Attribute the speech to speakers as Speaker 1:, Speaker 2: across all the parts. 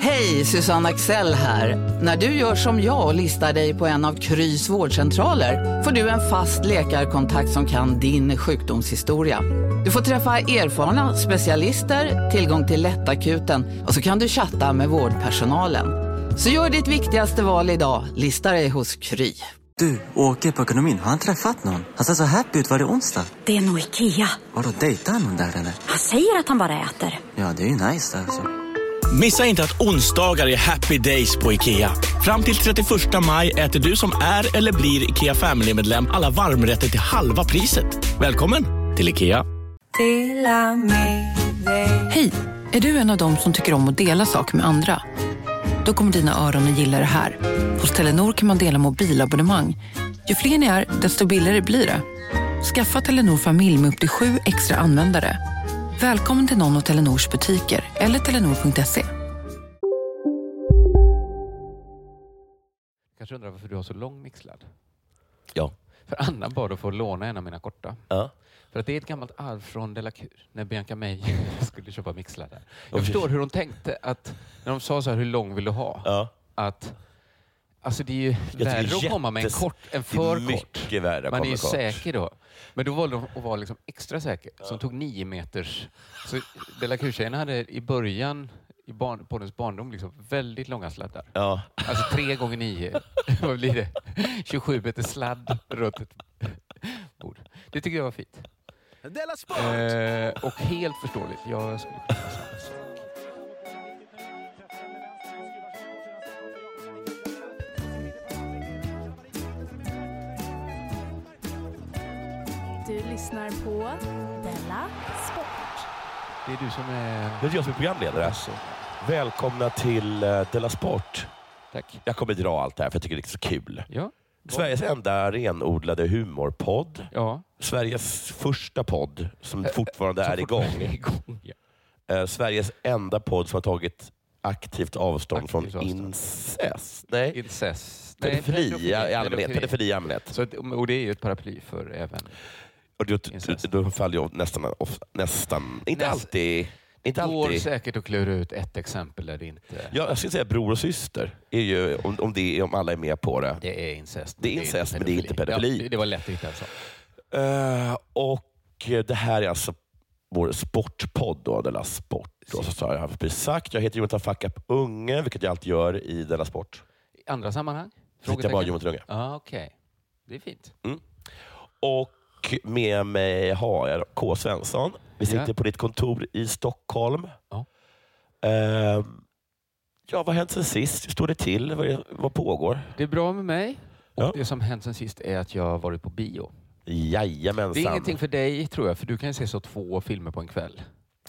Speaker 1: Hej, Susanne Axel här. När du gör som jag och listar dig på en av Krys vårdcentraler får du en fast läkarkontakt som kan din sjukdomshistoria. Du får träffa erfarna specialister, tillgång till lättakuten och så kan du chatta med vårdpersonalen. Så gör ditt viktigaste val idag, listar dig hos Kry.
Speaker 2: Du, åker på ekonomin. Har han träffat någon? Han ser så happy ut. Var det onsdag?
Speaker 3: Det är nog Ikea.
Speaker 2: Har du dejtat någon där eller?
Speaker 3: Han säger att han bara äter.
Speaker 2: Ja, det är ju nice där alltså.
Speaker 4: Missa inte att onsdagar är happy days på IKEA. Fram till 31 maj äter du som är eller blir IKEA Family-medlem alla varmrätter till halva priset. Välkommen till IKEA.
Speaker 5: Hej! Är du en av dem som tycker om att dela saker med andra? Då kommer dina öron att gilla det här. Hos Telenor kan man dela mobilabonnemang. Ju fler ni är, desto billigare blir det. Skaffa Telenor familj med upp till sju extra användare. Välkommen till någon av Telenors butiker eller telenor.se.
Speaker 6: Kanske undrar varför du har så lång mixlad?
Speaker 7: Ja.
Speaker 6: För Anna bad att få låna en av mina korta.
Speaker 7: Ja.
Speaker 6: För att det är ett gammalt arv från De La Cur, när Bianca Meijer skulle köpa mixladdar. Jag
Speaker 7: precis.
Speaker 6: förstår hur hon tänkte att när de sa så här, hur lång vill du ha?
Speaker 7: Ja.
Speaker 6: Att Alltså det är ju
Speaker 7: det är
Speaker 6: värre att komma med en
Speaker 7: jättes-
Speaker 6: kort än
Speaker 7: Det är
Speaker 6: för kort.
Speaker 7: mycket värre att
Speaker 6: Man är
Speaker 7: komma
Speaker 6: ju
Speaker 7: kort.
Speaker 6: säker då. Men då valde de att vara liksom extra säker. Så de tog nio meters... Så De La Cur-tjejerna hade i början, i barn, poddens barndom, liksom väldigt långa sladdar.
Speaker 7: Ja.
Speaker 6: Alltså tre gånger nio. Vad blir det? 27 meter sladd runt ett bord. Det tycker jag var fint. Eh, och helt förståeligt. Jag skulle kunna göra samma sak.
Speaker 8: Du lyssnar på Della Sport.
Speaker 6: Det är du som är...
Speaker 7: Nu är det jag som är programledare.
Speaker 6: Alltså.
Speaker 7: Välkomna till eh, Della Sport.
Speaker 6: Tack.
Speaker 7: Jag kommer dra allt det här för jag tycker det är så kul.
Speaker 6: Ja.
Speaker 7: Sveriges enda renodlade humorpodd.
Speaker 6: Ja.
Speaker 7: Sveriges första podd som fortfarande
Speaker 6: Så Eh,
Speaker 7: är
Speaker 6: fort-
Speaker 7: igång.
Speaker 6: igång ja.
Speaker 7: Eh, Sveriges enda podd som har tagit aktivt avstånd
Speaker 6: Aktivt
Speaker 7: från
Speaker 6: avstånd.
Speaker 7: incest. Nej,
Speaker 6: Incest. Nej,
Speaker 7: pedofili i allmänhet. Pedofili i allmänhet.
Speaker 6: Så, att- och det är ju ett paraply för även...
Speaker 7: Och då,
Speaker 6: Incest.
Speaker 7: då faller jag nästan, off, nästan inte
Speaker 6: Näs-
Speaker 7: alltid.
Speaker 6: Det
Speaker 7: Inte
Speaker 6: går
Speaker 7: alltid.
Speaker 6: säkert att klura ut ett exempel där det inte...
Speaker 7: Ja, jag skulle säga bror och syster, är ju, om, om, det, är- om alla är med på det.
Speaker 6: Det är incest.
Speaker 7: Det är incest, men det är inte pedofili.
Speaker 6: Ja, det- det var lätt att hitta en sån.
Speaker 7: Eh, och eh, det här är alltså vår sportpodd, då, Della Sport. Då, så har jag precis sagt. Jag heter Jonathan Fuck Up Unge, vilket jag alltid gör i Della Sport.
Speaker 6: I andra sammanhang?
Speaker 7: Sitter jag bara Jonathan Unge.
Speaker 6: ah, okej. Det är fint.
Speaker 7: Och med mig har jag K. Svensson. Vi sitter
Speaker 6: Ja.
Speaker 7: på ditt kontor i Stockholm.
Speaker 6: Ja.
Speaker 7: Ehm, ja, vad har hänt sen sist? Hur står det till? Vad, vad pågår?
Speaker 6: Det är bra med mig. Och
Speaker 7: Ja.
Speaker 6: Det som hänt sen sist är att jag har varit på bio.
Speaker 7: Jajamensan.
Speaker 6: Det är ingenting för dig tror jag, för du kan ju se så två filmer på en kväll.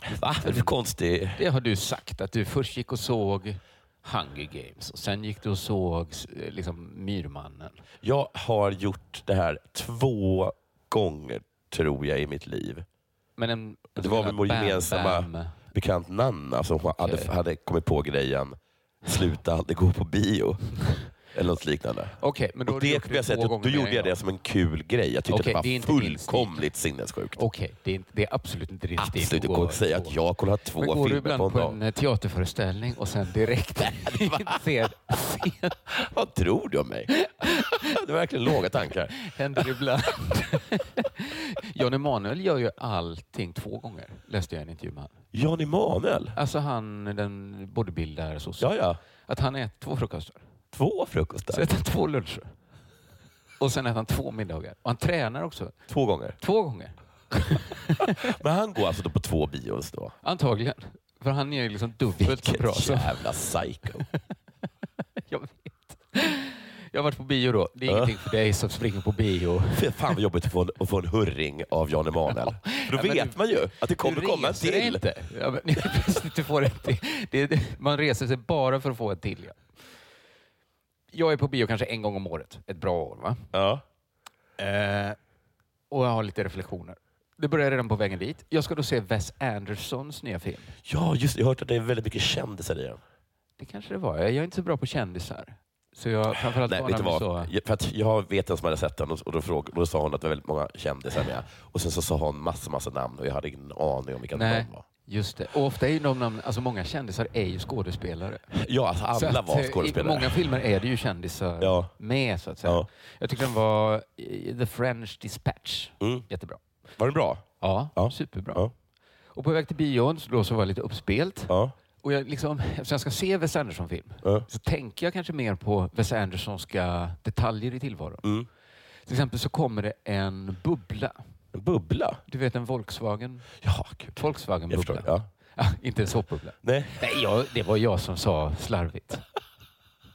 Speaker 7: Va? Vad är det för konstig...
Speaker 6: Det har du sagt, att du först gick och såg Hunger Games och sen gick du och såg eh, liksom, Myrmannen.
Speaker 7: Jag har gjort det här två gånger, tror jag, i mitt liv.
Speaker 6: Men en,
Speaker 7: Det var väl vår
Speaker 6: Bam
Speaker 7: gemensamma-
Speaker 6: Bam.
Speaker 7: Bekant Nanna som hade,
Speaker 6: Okej.
Speaker 7: hade kommit på grejen, sluta aldrig gå på bio. Eller något liknande.
Speaker 6: Okej, men då,
Speaker 7: och
Speaker 6: har du
Speaker 7: det
Speaker 6: gjort
Speaker 7: kan jag säga,
Speaker 6: två
Speaker 7: att jag-
Speaker 6: gånger
Speaker 7: då
Speaker 6: mer
Speaker 7: gjorde
Speaker 6: än
Speaker 7: jag det som en kul grej. Jag tyckte
Speaker 6: Okej,
Speaker 7: att
Speaker 6: det är
Speaker 7: det
Speaker 6: inte
Speaker 7: var
Speaker 6: min
Speaker 7: fullkomligt sinnessjukt.
Speaker 6: Okej, det, är inte- det är absolut inte din stil.
Speaker 7: Absolut,
Speaker 6: att
Speaker 7: det går
Speaker 6: gå-
Speaker 7: att säga
Speaker 6: gå-
Speaker 7: att jag kollar
Speaker 6: Men
Speaker 7: två
Speaker 6: går du
Speaker 7: filmer på
Speaker 6: ibland
Speaker 7: en
Speaker 6: på
Speaker 7: dag.
Speaker 6: en eh, teaterföreställning och sen direkt ser, ser
Speaker 7: Vad tror du om mig? Det var verkligen låga tankar.
Speaker 6: händer ibland. Jan Emanuel gör ju allting två gånger, läste jag i en intervju med han.
Speaker 7: Jan Emanuel?
Speaker 6: Alltså han, den bodybuildare, sossen.
Speaker 7: Ja, ja.
Speaker 6: Att han äter två frukostar.
Speaker 7: Två
Speaker 6: Så
Speaker 7: frukostar.
Speaker 6: äter han två luncher. Och sen äter han två middagar. Och han tränar också.
Speaker 7: Två gånger.
Speaker 6: Två gånger.
Speaker 7: Men han går alltså då på två bios då?
Speaker 6: Antagligen. För han är ju liksom dubbelt så
Speaker 7: Vilket
Speaker 6: bra. Så
Speaker 7: jävla psycho.
Speaker 6: jag vet. Jag har varit på bio då. Det är
Speaker 7: Ja.
Speaker 6: ingenting för dig som springer på bio.
Speaker 7: Fy Fan vad jobbigt att få en, att få en hurring av Jan Emanuel. För då
Speaker 6: men
Speaker 7: vet
Speaker 6: du-
Speaker 7: man ju att det kommer
Speaker 6: Du
Speaker 7: komma en
Speaker 6: reser dig
Speaker 7: till.
Speaker 6: Inte. Ja, men, precis, du får en till. Det, det, man reser sig bara för att få en till. Ja. Jag är på bio kanske en gång om året. Ett bra år. Va?
Speaker 7: Ja.
Speaker 6: Eh, och jag har lite reflektioner. Det börjar redan på vägen dit. Jag ska då se Wes Andersons nya film.
Speaker 7: ja, just det. Jag har hört att det är väldigt mycket kändisar i den.
Speaker 6: Det kanske det var. Jag är inte så bra på kändisar. Så jag framförallt
Speaker 7: Nej, vet du
Speaker 6: mig
Speaker 7: vad?
Speaker 6: så...
Speaker 7: Jag, för att jag vet en som hade sett den och, och då, fråg, då sa hon att det var väldigt många kändisar med. Och sen så sa hon massa, massa namn och jag hade ingen aning om vilka
Speaker 6: Nej.
Speaker 7: namn var.
Speaker 6: Just det. Och ofta är ju de namn, alltså många kändisar är ju skådespelare.
Speaker 7: Ja, alltså
Speaker 6: Så
Speaker 7: alla
Speaker 6: att,
Speaker 7: var
Speaker 6: eh,
Speaker 7: skådespelare.
Speaker 6: I många filmer är det ju kändisar
Speaker 7: Ja.
Speaker 6: med så att säga.
Speaker 7: Ja.
Speaker 6: Jag tyckte den var eh, The French Dispatch.
Speaker 7: Mm.
Speaker 6: Jättebra.
Speaker 7: Var den bra?
Speaker 6: Ja,
Speaker 7: Ja.
Speaker 6: superbra.
Speaker 7: Ja.
Speaker 6: Och på väg till bion så, då så var jag lite uppspelt.
Speaker 7: Ja.
Speaker 6: Och jag, liksom, eftersom jag ska se Wes Anderson-film
Speaker 7: Ja.
Speaker 6: så tänker jag kanske mer på Wes Andersonska detaljer i tillvaron.
Speaker 7: Mm.
Speaker 6: Till exempel så kommer det en bubbla.
Speaker 7: En bubbla?
Speaker 6: Du vet en Volkswagen?
Speaker 7: Ja, gud. Jag förstår.
Speaker 6: Volkswagen-bubbla.
Speaker 7: Ja.
Speaker 6: Ah, inte en såpbubbla.
Speaker 7: Nej.
Speaker 6: Nej, jag, det var jag som sa slarvigt.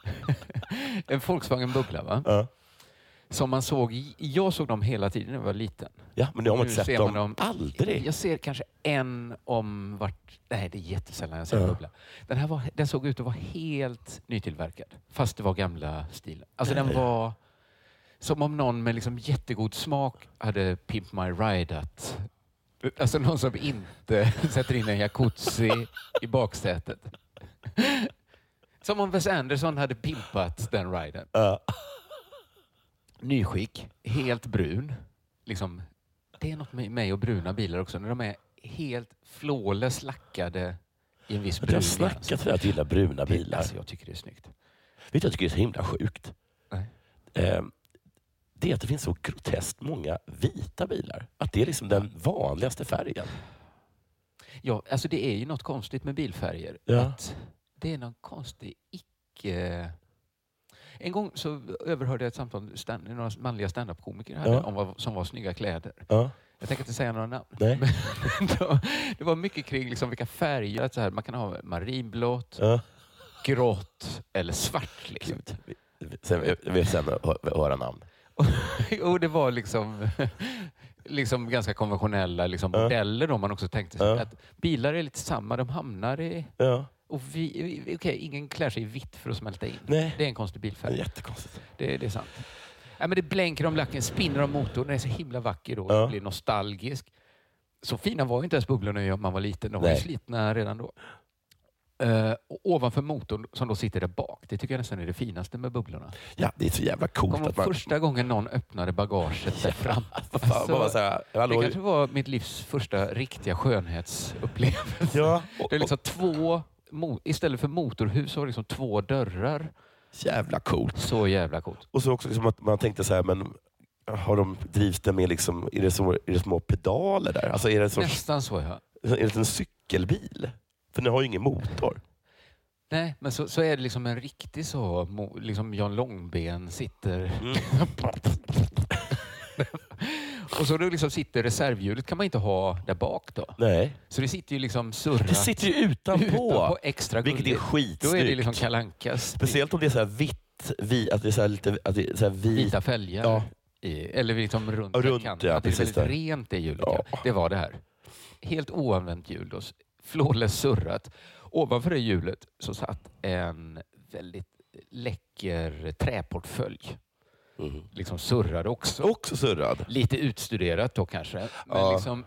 Speaker 6: en Volkswagen-bubbla va?
Speaker 7: Ja.
Speaker 6: Som man såg, i- jag såg dem hela tiden när jag var liten.
Speaker 7: ja, men nu har man
Speaker 6: Nu
Speaker 7: inte sett
Speaker 6: ser man
Speaker 7: dem.
Speaker 6: dem.
Speaker 7: Aldrig.
Speaker 6: Jag ser kanske en om vart... Nej, det är jättesällan jag ser en
Speaker 7: Ja.
Speaker 6: bubbla. Den här var, den såg ut att vara helt nytillverkad, fast det var gamla stilen. Alltså den var som om någon med liksom jättegod smak hade Pimp My Ride-at. Alltså någon som inte sätter in en jacuzzi i baksätet. Som om Wes Anderson hade pimpat den riden.
Speaker 7: Ja.
Speaker 6: Nyskick, helt brun. Liksom, det är något med mig och bruna bilar också. När de är helt flawless lackade i en viss
Speaker 7: Jag har
Speaker 6: brun.
Speaker 7: snackat om det här att du gillar bruna bilar.
Speaker 6: Alltså, jag tycker det är snyggt.
Speaker 7: Vet du vad jag tycker är så himla sjukt?
Speaker 6: Nej.
Speaker 7: Eh, Det är att det finns så groteskt många vita bilar. Att det är liksom den vanligaste färgen.
Speaker 6: Ja, alltså det är ju något konstigt med bilfärger.
Speaker 7: Ja.
Speaker 6: Att det är någon konstig icke... En gång så överhörde jag ett samtal stand, några manliga standup-komiker hade
Speaker 7: Ja.
Speaker 6: om vad som var snygga kläder.
Speaker 7: Ja.
Speaker 6: Jag tänker inte säga några namn.
Speaker 7: Nej.
Speaker 6: Då- det var mycket kring liksom vilka färger. Att så här, man kan ha marinblått,
Speaker 7: Ja.
Speaker 6: grått eller svart. Liksom.
Speaker 7: Gud. Sen, jag vill sen hö- höra namn.
Speaker 6: Och det var liksom, liksom ganska konventionella liksom
Speaker 7: Ja.
Speaker 6: modeller då man också tänkte sig.
Speaker 7: Ja.
Speaker 6: Att bilar är lite samma, de hamnar i...
Speaker 7: Ja.
Speaker 6: Och vi, vi, okej, ingen klär sig i vitt för att smälta in.
Speaker 7: Nej.
Speaker 6: Det är en konstig
Speaker 7: Det är
Speaker 6: bilfärg.
Speaker 7: jättekonstigt.
Speaker 6: Det, det är sant. Ja, men det blänker om lacken, spinner om motorn. Den är så himla vacker då.
Speaker 7: Ja.
Speaker 6: Jag blir nostalgisk. Så fina var ju inte ens bubblorna när man var liten. De var ju
Speaker 7: Nej.
Speaker 6: slitna redan då. Eh, och ovanför motorn som då sitter där bak. Det tycker jag nästan är det finaste med bubblorna.
Speaker 7: Ja, det är så jävla coolt
Speaker 6: Kommer
Speaker 7: att man...
Speaker 6: första gången någon öppnade bagaget där fram.
Speaker 7: Fan,
Speaker 6: Alltså,
Speaker 7: bara så här,
Speaker 6: det
Speaker 7: hallå,
Speaker 6: kanske var mitt livs första riktiga skönhetsupplevelse.
Speaker 7: ja, och,
Speaker 6: Det är
Speaker 7: och,
Speaker 6: liksom två, mo- istället för motorhus så var det liksom två dörrar.
Speaker 7: jävla coolt.
Speaker 6: Så jävla coolt.
Speaker 7: Och så också liksom att man tänkte så här, men har de, drivs det med liksom, är det, så, är det små pedaler där? Alltså är det, en sorts,
Speaker 6: Nästan så ja.
Speaker 7: är det en cykelbil? För den har ju ingen motor.
Speaker 6: Nej, men så, så är det liksom en riktig så, mo- liksom Jan Långben sitter...
Speaker 7: Mm.
Speaker 6: och så då liksom sitter reservhjulet kan man inte ha där bak då.
Speaker 7: Nej.
Speaker 6: Så det sitter ju liksom surrat
Speaker 7: Det sitter ju utanpå.
Speaker 6: utanpå extra
Speaker 7: Vilket är
Speaker 6: gulligt. Då är det
Speaker 7: skitsnyggt.
Speaker 6: liksom kalankas
Speaker 7: Speciellt om det är så här vitt, vi, att det är så här lite att det är så här vit.
Speaker 6: vita fälgar.
Speaker 7: Ja.
Speaker 6: I, eller liksom runt,
Speaker 7: Ja, runt,
Speaker 6: kanten.
Speaker 7: ja,
Speaker 6: Att det är
Speaker 7: precis
Speaker 6: väldigt
Speaker 7: där.
Speaker 6: rent det hjulet.
Speaker 7: Ja.
Speaker 6: Ja. Det var det här. Helt oanvänt hjul. Då. Flawless surrat. Ovanför det hjulet så satt en väldigt läcker träportfölj.
Speaker 7: Mhm.
Speaker 6: Liksom surrade också.
Speaker 7: Också surrad.
Speaker 6: Lite utstuderat då kanske. Men
Speaker 7: Ja.
Speaker 6: liksom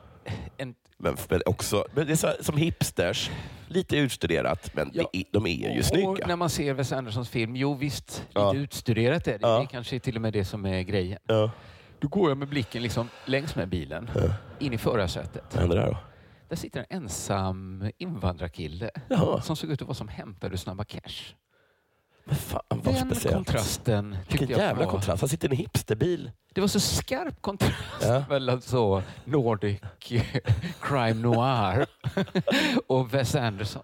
Speaker 6: en,
Speaker 7: Men, men också, men det är så här, som hipsters, lite utstuderat, men
Speaker 6: Ja.
Speaker 7: det är, de är ju
Speaker 6: och
Speaker 7: snygga.
Speaker 6: när man ser Wes Andersons film, jo visst, lite
Speaker 7: Ja.
Speaker 6: utstuderat är det.
Speaker 7: Ja.
Speaker 6: Det är kanske till och med det som är grejen.
Speaker 7: Ja.
Speaker 6: Då går jag med blicken liksom längs med bilen, in i förarsätet.
Speaker 7: Vad händer där då?
Speaker 6: Där sitter en ensam invandrarkille
Speaker 7: Jaha.
Speaker 6: som såg ut att vara som hämtade ur Snabba Cash.
Speaker 7: Men fan vad
Speaker 6: Den
Speaker 7: speciellt.
Speaker 6: kontrasten tyckte
Speaker 7: Vilken
Speaker 6: jag
Speaker 7: jävla
Speaker 6: var...
Speaker 7: kontrast. Han sitter i en hipsterbil.
Speaker 6: Det var så skarp kontrast
Speaker 7: Ja.
Speaker 6: mellan så Nordic crime noir och Wes Anderson.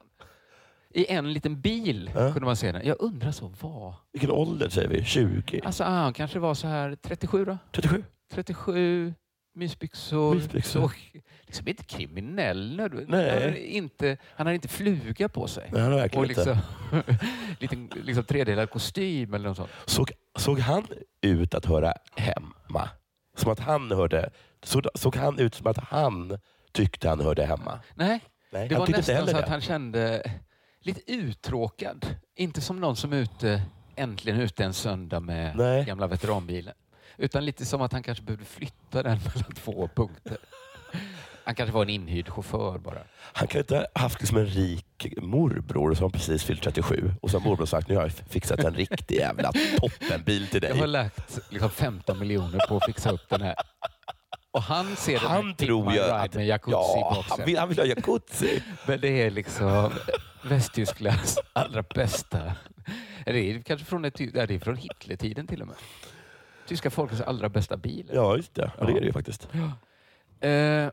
Speaker 6: I en liten bil
Speaker 7: Ja.
Speaker 6: kunde man se den. Jag undrar så vad...
Speaker 7: Vilken ålder säger vi? 20?
Speaker 6: Alltså, ah, han kanske var så här 37 då?
Speaker 7: 37?
Speaker 6: 37, mysbyxor.
Speaker 7: Mysbyxor.
Speaker 6: Och, liksom inte kriminell nödvändigtvis.
Speaker 7: Nej.
Speaker 6: Han hade inte, han hade inte fluga på sig.
Speaker 7: Nej, han har verkligen
Speaker 6: och
Speaker 7: inte.
Speaker 6: liksom, liten, liksom tredelad kostym eller något sånt.
Speaker 7: Såg, såg han ut att höra hemma? Som att han hörde... Såg, såg han ut som att han tyckte han hörde hemma?
Speaker 6: Nej,
Speaker 7: Nej,
Speaker 6: det
Speaker 7: han
Speaker 6: var
Speaker 7: tyckte inte
Speaker 6: nästan
Speaker 7: heller
Speaker 6: så att
Speaker 7: det.
Speaker 6: han kände lite uttråkad. Inte som någon som är ute, äntligen ute en söndag med
Speaker 7: Nej.
Speaker 6: gamla veteranbilen. Utan lite som att han kanske behövde flytta den mellan två punkter. Han kanske var en inhyrd chaufför bara.
Speaker 7: Han kan inte ha haft liksom en rik morbror som precis fyllt 37 och som morbror sagt nu har jag fixat en riktig jävla toppenbil till
Speaker 6: Jag har
Speaker 7: dig.
Speaker 6: lagt liksom 15 miljoner på att fixa upp den här. Och han ser den här
Speaker 7: Han
Speaker 6: Pimp
Speaker 7: tror
Speaker 6: My
Speaker 7: ju
Speaker 6: Ride
Speaker 7: att...
Speaker 6: med jacuzzi på
Speaker 7: ja,
Speaker 6: också.
Speaker 7: han vill, han vill ha jacuzzi.
Speaker 6: Men det är liksom Västtysklands allra bästa. Det är kanske från, ett, ja, det är från Hitlertiden till och med. Tyska folkets allra bästa bil.
Speaker 7: Ja, just det. Ja, det är det ju faktiskt.
Speaker 6: Eh,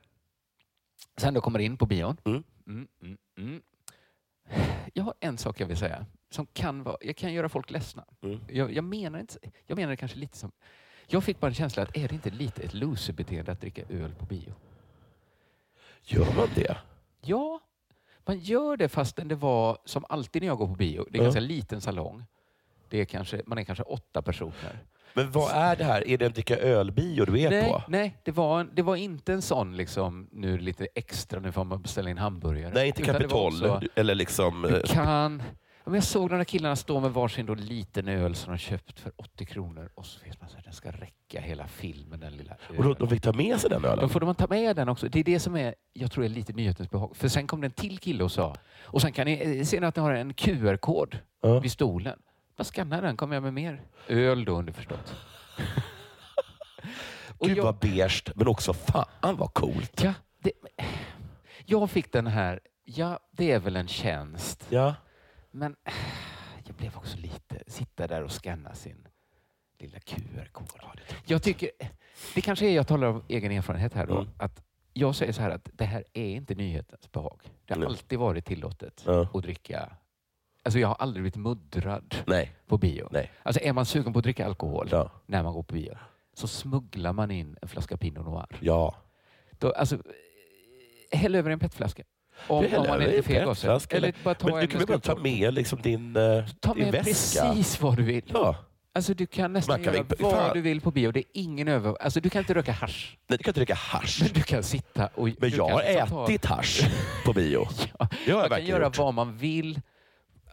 Speaker 6: sen då kommer in på bion.
Speaker 7: Mm.
Speaker 6: Mm, mm, mm. Jag har en sak jag vill säga. Som kan vara, jag kan göra folk ledsna.
Speaker 7: Mm.
Speaker 6: Jag, jag, menar inte, jag menar det kanske lite som... Jag fick bara en känsla att är det inte lite ett loserbeteende att dricka öl på bio?
Speaker 7: Gör man det?
Speaker 6: Ja, man gör det fastän det var som alltid när jag går på bio. Det är
Speaker 7: Ja.
Speaker 6: ganska liten salong. Det är kanske, man är kanske åtta personer.
Speaker 7: Men vad är det här? Är det en dricka ölbio du är
Speaker 6: Nej,
Speaker 7: på?
Speaker 6: nej det, var en, det var inte en sån liksom, nu är det lite extra, nu får man beställa in hamburgare.
Speaker 7: Nej, inte
Speaker 6: Utan det var
Speaker 7: Kapitol.
Speaker 6: också-
Speaker 7: Eller liksom...
Speaker 6: Du
Speaker 7: eh,
Speaker 6: kan... Ja, men jag såg de där killarna stå med varsin då liten öl som de köpt för 80 kronor och så vet man att den ska räcka hela filmen. Den lilla
Speaker 7: Och då,
Speaker 6: ölen.
Speaker 7: de fick ta med sig den
Speaker 6: Då
Speaker 7: ölen?
Speaker 6: får man ta med den också. Det är det som är, jag tror är lite nyhetens behag. För sen kom det en till kille och sa, och sen kan ni, eh, ser ni att ni har en QR-kod
Speaker 7: Ja.
Speaker 6: vid stolen? Bara skanna den, kommer jag med mer öl då underförstått. och
Speaker 7: Gud
Speaker 6: jag,
Speaker 7: vad beige, men också fan vad coolt.
Speaker 6: ja, det, jag fick den här, ja det är väl en tjänst,
Speaker 7: Ja.
Speaker 6: men eh, jag blev också lite, sitta där och scanna sin lilla QR-kod. Jag tycker, det kanske är jag talar om egen erfarenhet här då,
Speaker 7: Mm.
Speaker 6: att jag säger så här att det här är inte nyhetens behag. Det har
Speaker 7: Nej.
Speaker 6: alltid varit tillåtet
Speaker 7: Ja.
Speaker 6: att dricka. Alltså jag har aldrig blivit muddrad
Speaker 7: Nej.
Speaker 6: på bio.
Speaker 7: Nej.
Speaker 6: Alltså är man sugen på att dricka alkohol
Speaker 7: Ja.
Speaker 6: när man går på bio så smugglar man in en flaska Pinot Noir.
Speaker 7: Ja.
Speaker 6: Då, alltså, eh, häll över en petflaska. Om,
Speaker 7: Häll
Speaker 6: om man
Speaker 7: över
Speaker 6: är
Speaker 7: en
Speaker 6: inte feggosse.
Speaker 7: petflaska
Speaker 6: Eller
Speaker 7: eller-
Speaker 6: bara ta
Speaker 7: Men du
Speaker 6: en
Speaker 7: kan väl bara ta
Speaker 6: skrubbkopp.
Speaker 7: med liksom din, eh,
Speaker 6: Ta
Speaker 7: din
Speaker 6: med
Speaker 7: väska?
Speaker 6: precis vad du vill.
Speaker 7: Ja.
Speaker 6: Alltså du kan nästan
Speaker 7: Man kan
Speaker 6: göra
Speaker 7: väl-
Speaker 6: vad
Speaker 7: fan.
Speaker 6: du vill på bio. Det är ingen över... Alltså du kan inte röka hasch.
Speaker 7: Nej, du kan inte dricka hasch.
Speaker 6: Men du kan sitta och...
Speaker 7: Men
Speaker 6: du
Speaker 7: jag
Speaker 6: kan
Speaker 7: har
Speaker 6: liksom ta-
Speaker 7: ätit hasch på bio.
Speaker 6: Ja,
Speaker 7: Det har jag
Speaker 6: man kan
Speaker 7: verkligen
Speaker 6: göra
Speaker 7: gjort.
Speaker 6: vad man vill.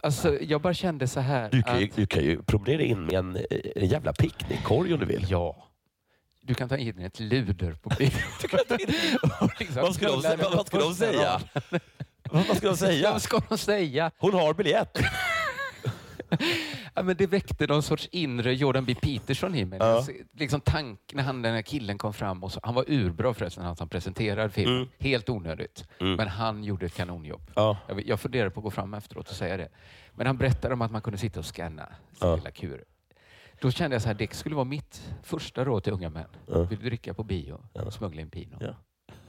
Speaker 6: Alltså jag bara kände så här
Speaker 7: Du kan, ju,
Speaker 6: att...
Speaker 7: du kan ju promenera in med en, en jävla picknickkorg om du vill.
Speaker 6: Ja. Du kan ta in ett luder på bio. Och liksom
Speaker 7: Vad skulle de
Speaker 6: knulla
Speaker 7: säga?
Speaker 6: den
Speaker 7: Vad skulle de
Speaker 6: första
Speaker 7: säga?
Speaker 6: dagen.
Speaker 7: Vad vad skulle de säga?
Speaker 6: Vad ska de säga?
Speaker 7: Hon har biljett.
Speaker 6: Ja, men det väckte någon sorts inre Jordan B. Peterson i mig.
Speaker 7: Ja.
Speaker 6: Alltså, Liksom tank, när han, den här killen kom fram. Och så, han var urbra förresten, han som presenterade filmen. Helt onödigt. Men han gjorde ett kanonjobb.
Speaker 7: Mm. Ja.
Speaker 6: Jag, vet- jag funderade på att gå fram efteråt och säga det. Men han berättade om att man kunde sitta och scanna sin
Speaker 7: Ja.
Speaker 6: lilla kur. Då kände jag så här, det skulle vara mitt första råd till unga män. Vill du dricka på bio, smuggla in Pinot.
Speaker 7: Ja.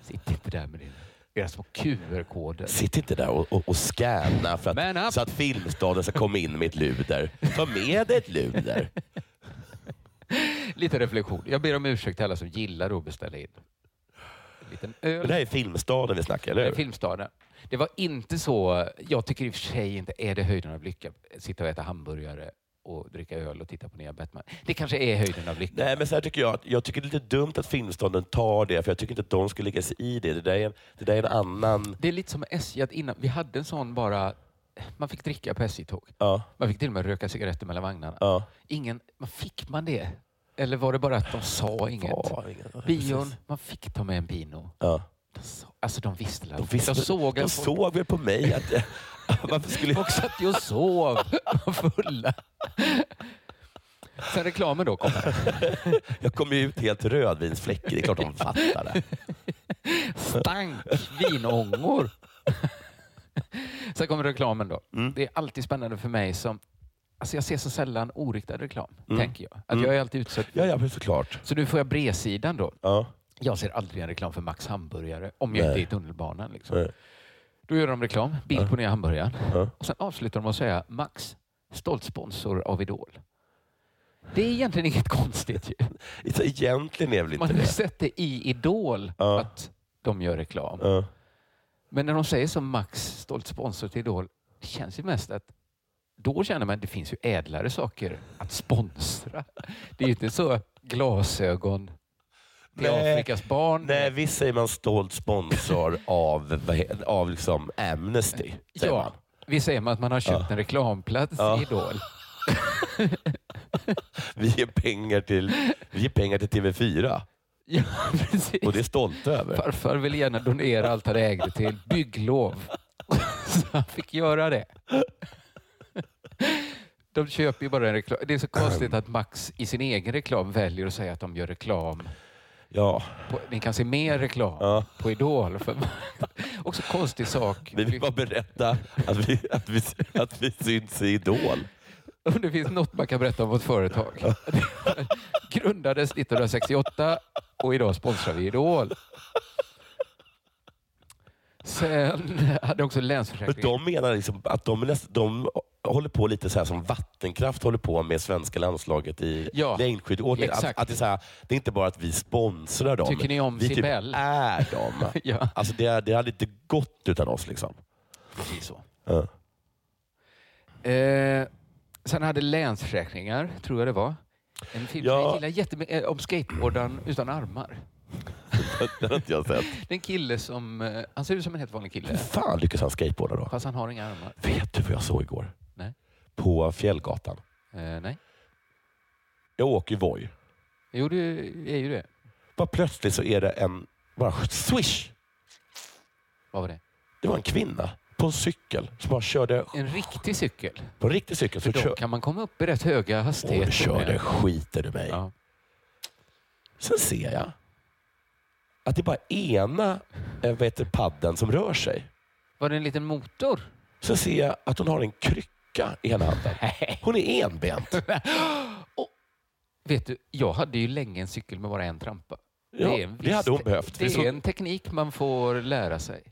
Speaker 6: Sitt inte där med din, era små QR-koder.
Speaker 7: Sitt inte där och, och, och scanna för
Speaker 6: Man up.
Speaker 7: att, så att Filmstaden ska komma in med ett luder. Ta med dig ett luder.
Speaker 6: Lite reflektion. Jag ber om ursäkt till alla som gillar att beställa in. En liten öl.
Speaker 7: Men det här är Filmstaden vi snackar, eller
Speaker 6: Det är
Speaker 7: hur?
Speaker 6: Filmstaden. Det var inte så... Jag tycker i och för sig inte är det höjden av lycka. Sitta och äta hamburgare och dricka öl och titta på nya Batman. Det kanske är höjden av lycka.
Speaker 7: Nej, men så här tycker jag. att- Jag tycker det är lite dumt att Filmstaden tar det, för jag tycker inte att de ska lägga sig i det. Det där är en, det där är en annan...
Speaker 6: Det är lite som SJ. Att innan, vi hade en sån bara... Man fick dricka på SJ-tåg.
Speaker 7: Ja,
Speaker 6: Man fick till och med röka cigaretter mellan vagnarna.
Speaker 7: ja.
Speaker 6: Ingen, man fick man det? Eller var det bara att de sa inget?
Speaker 7: Ja, ingen-
Speaker 6: Bion, man fick ta med en Pinot.
Speaker 7: Ja.
Speaker 6: De sa- Alltså de visste.
Speaker 7: De, visste,
Speaker 6: jag såg
Speaker 7: de
Speaker 6: att folk-
Speaker 7: såg väl på mig att... Varför skulle jag...
Speaker 6: Folk satt ju och sov. Var fulla. Sen reklamen då kommer.
Speaker 7: Jag kom ju ut helt rödvinsfläckig. Det är klart de fattar det.
Speaker 6: Stank vinångor. Sen kommer reklamen då.
Speaker 7: Mm.
Speaker 6: Det är alltid spännande för mig som... Alltså jag ser så sällan oriktad reklam, tänker jag. Att Jag är alltid utsatt.
Speaker 7: Mm. Ja, ja, men såklart.
Speaker 6: Så nu får jag bredsidan då.
Speaker 7: Ja.
Speaker 6: Jag ser aldrig en reklam för Max hamburgare om jag
Speaker 7: Nej.
Speaker 6: inte är i tunnelbanan. Liksom.
Speaker 7: Nej.
Speaker 6: Då gör de reklam, bild på nya hamburgaren.
Speaker 7: Ja.
Speaker 6: Och sen avslutar de med att säga Max, stolt sponsor av Idol. Det är egentligen inget konstigt ju.
Speaker 7: Så Egentligen är väl inte
Speaker 6: Man har ju
Speaker 7: det.
Speaker 6: sett det i Idol
Speaker 7: Ja.
Speaker 6: att de gör reklam.
Speaker 7: Ja.
Speaker 6: Men när de säger som Max, stolt sponsor till Idol, det känns ju mest att då känner man att det finns ju ädlare saker att sponsra. Det är ju inte så glasögon till
Speaker 7: Nej.
Speaker 6: Afrikas barn.
Speaker 7: Nej, visst säger man stolt sponsor av, vad he- av liksom Amnesty. Säger
Speaker 6: ja.
Speaker 7: man.
Speaker 6: Vi säger man att man har köpt en reklamplats
Speaker 7: Ja.
Speaker 6: i Idol.
Speaker 7: Vi, ger pengar till, vi ger pengar till TV4
Speaker 6: Ja, precis.
Speaker 7: och det är stolta över.
Speaker 6: Farfar ville gärna donera allt han ägde till bygglov. Så han fick göra det. De köper ju bara en reklam. Det är så konstigt att Max i sin egen reklam väljer att säga att de gör reklam
Speaker 7: Ja,
Speaker 6: På, ni kan se mer reklam
Speaker 7: Ja.
Speaker 6: på Idol. För, också konstig sak.
Speaker 7: vi vill bara berätta att vi, att vi, att vi syns i Idol.
Speaker 6: Om det finns något man kan berätta om vårt företag. Grundades 1968 och idag sponsrar vi Idol. Sen hade också
Speaker 7: Men
Speaker 6: Länsförsäkringen...
Speaker 7: de menar liksom att de, är näst, de håller på lite så här som Vattenkraft håller på med svenska landslaget i
Speaker 6: Ja,
Speaker 7: längdskidåkning. Att,
Speaker 6: exakt.
Speaker 7: att det, är så här, det är inte bara att vi sponsrar dem.
Speaker 6: Tycker ni om
Speaker 7: vi typ
Speaker 6: Sibel?
Speaker 7: är dem.
Speaker 6: Ja.
Speaker 7: Alltså det, det hade inte gått utan oss. liksom.
Speaker 6: Precis så.
Speaker 7: Ja.
Speaker 6: Eh, sen hade Länsförsäkringar, tror jag det var. En film
Speaker 7: Ja.
Speaker 6: som jag gillar jättemycket, eh, om skateboardaren utan armar.
Speaker 7: Det har inte jag sett.
Speaker 6: Det är en kille som... eh, Han ser ut som en helt vanlig
Speaker 7: Hur
Speaker 6: kille,
Speaker 7: fan lyckas han skateboarda då?
Speaker 6: fast han har inga armar.
Speaker 7: Vet du vad jag såg igår?
Speaker 6: Nej.
Speaker 7: På Fjällgatan.
Speaker 6: Eh, nej.
Speaker 7: Jag åker Voi.
Speaker 6: Jo, det är ju det.
Speaker 7: Bara plötsligt så är det en... Bara swish!
Speaker 6: Vad var det?
Speaker 7: Det var en kvinna på en cykel som bara körde
Speaker 6: En riktig cykel.
Speaker 7: på en riktig cykel. Så
Speaker 6: För då
Speaker 7: kör,
Speaker 6: kan man komma upp i rätt höga
Speaker 7: och
Speaker 6: hastigheter.
Speaker 7: körde
Speaker 6: med-
Speaker 7: skiten ur mig.
Speaker 6: Ja.
Speaker 7: Sen ser jag att det är bara ena eh, vad heter, padden som rör sig.
Speaker 6: Var det en liten motor?
Speaker 7: Sen ser jag att hon har en krycka i ena handen. Hon är enbent.
Speaker 6: Vet du, jag hade ju länge en cykel med bara en trampa.
Speaker 7: Ja,
Speaker 6: är en
Speaker 7: det
Speaker 6: viss
Speaker 7: hade hon
Speaker 6: te-
Speaker 7: behövt.
Speaker 6: Det
Speaker 7: Det såg-
Speaker 6: är en teknik man får lära sig.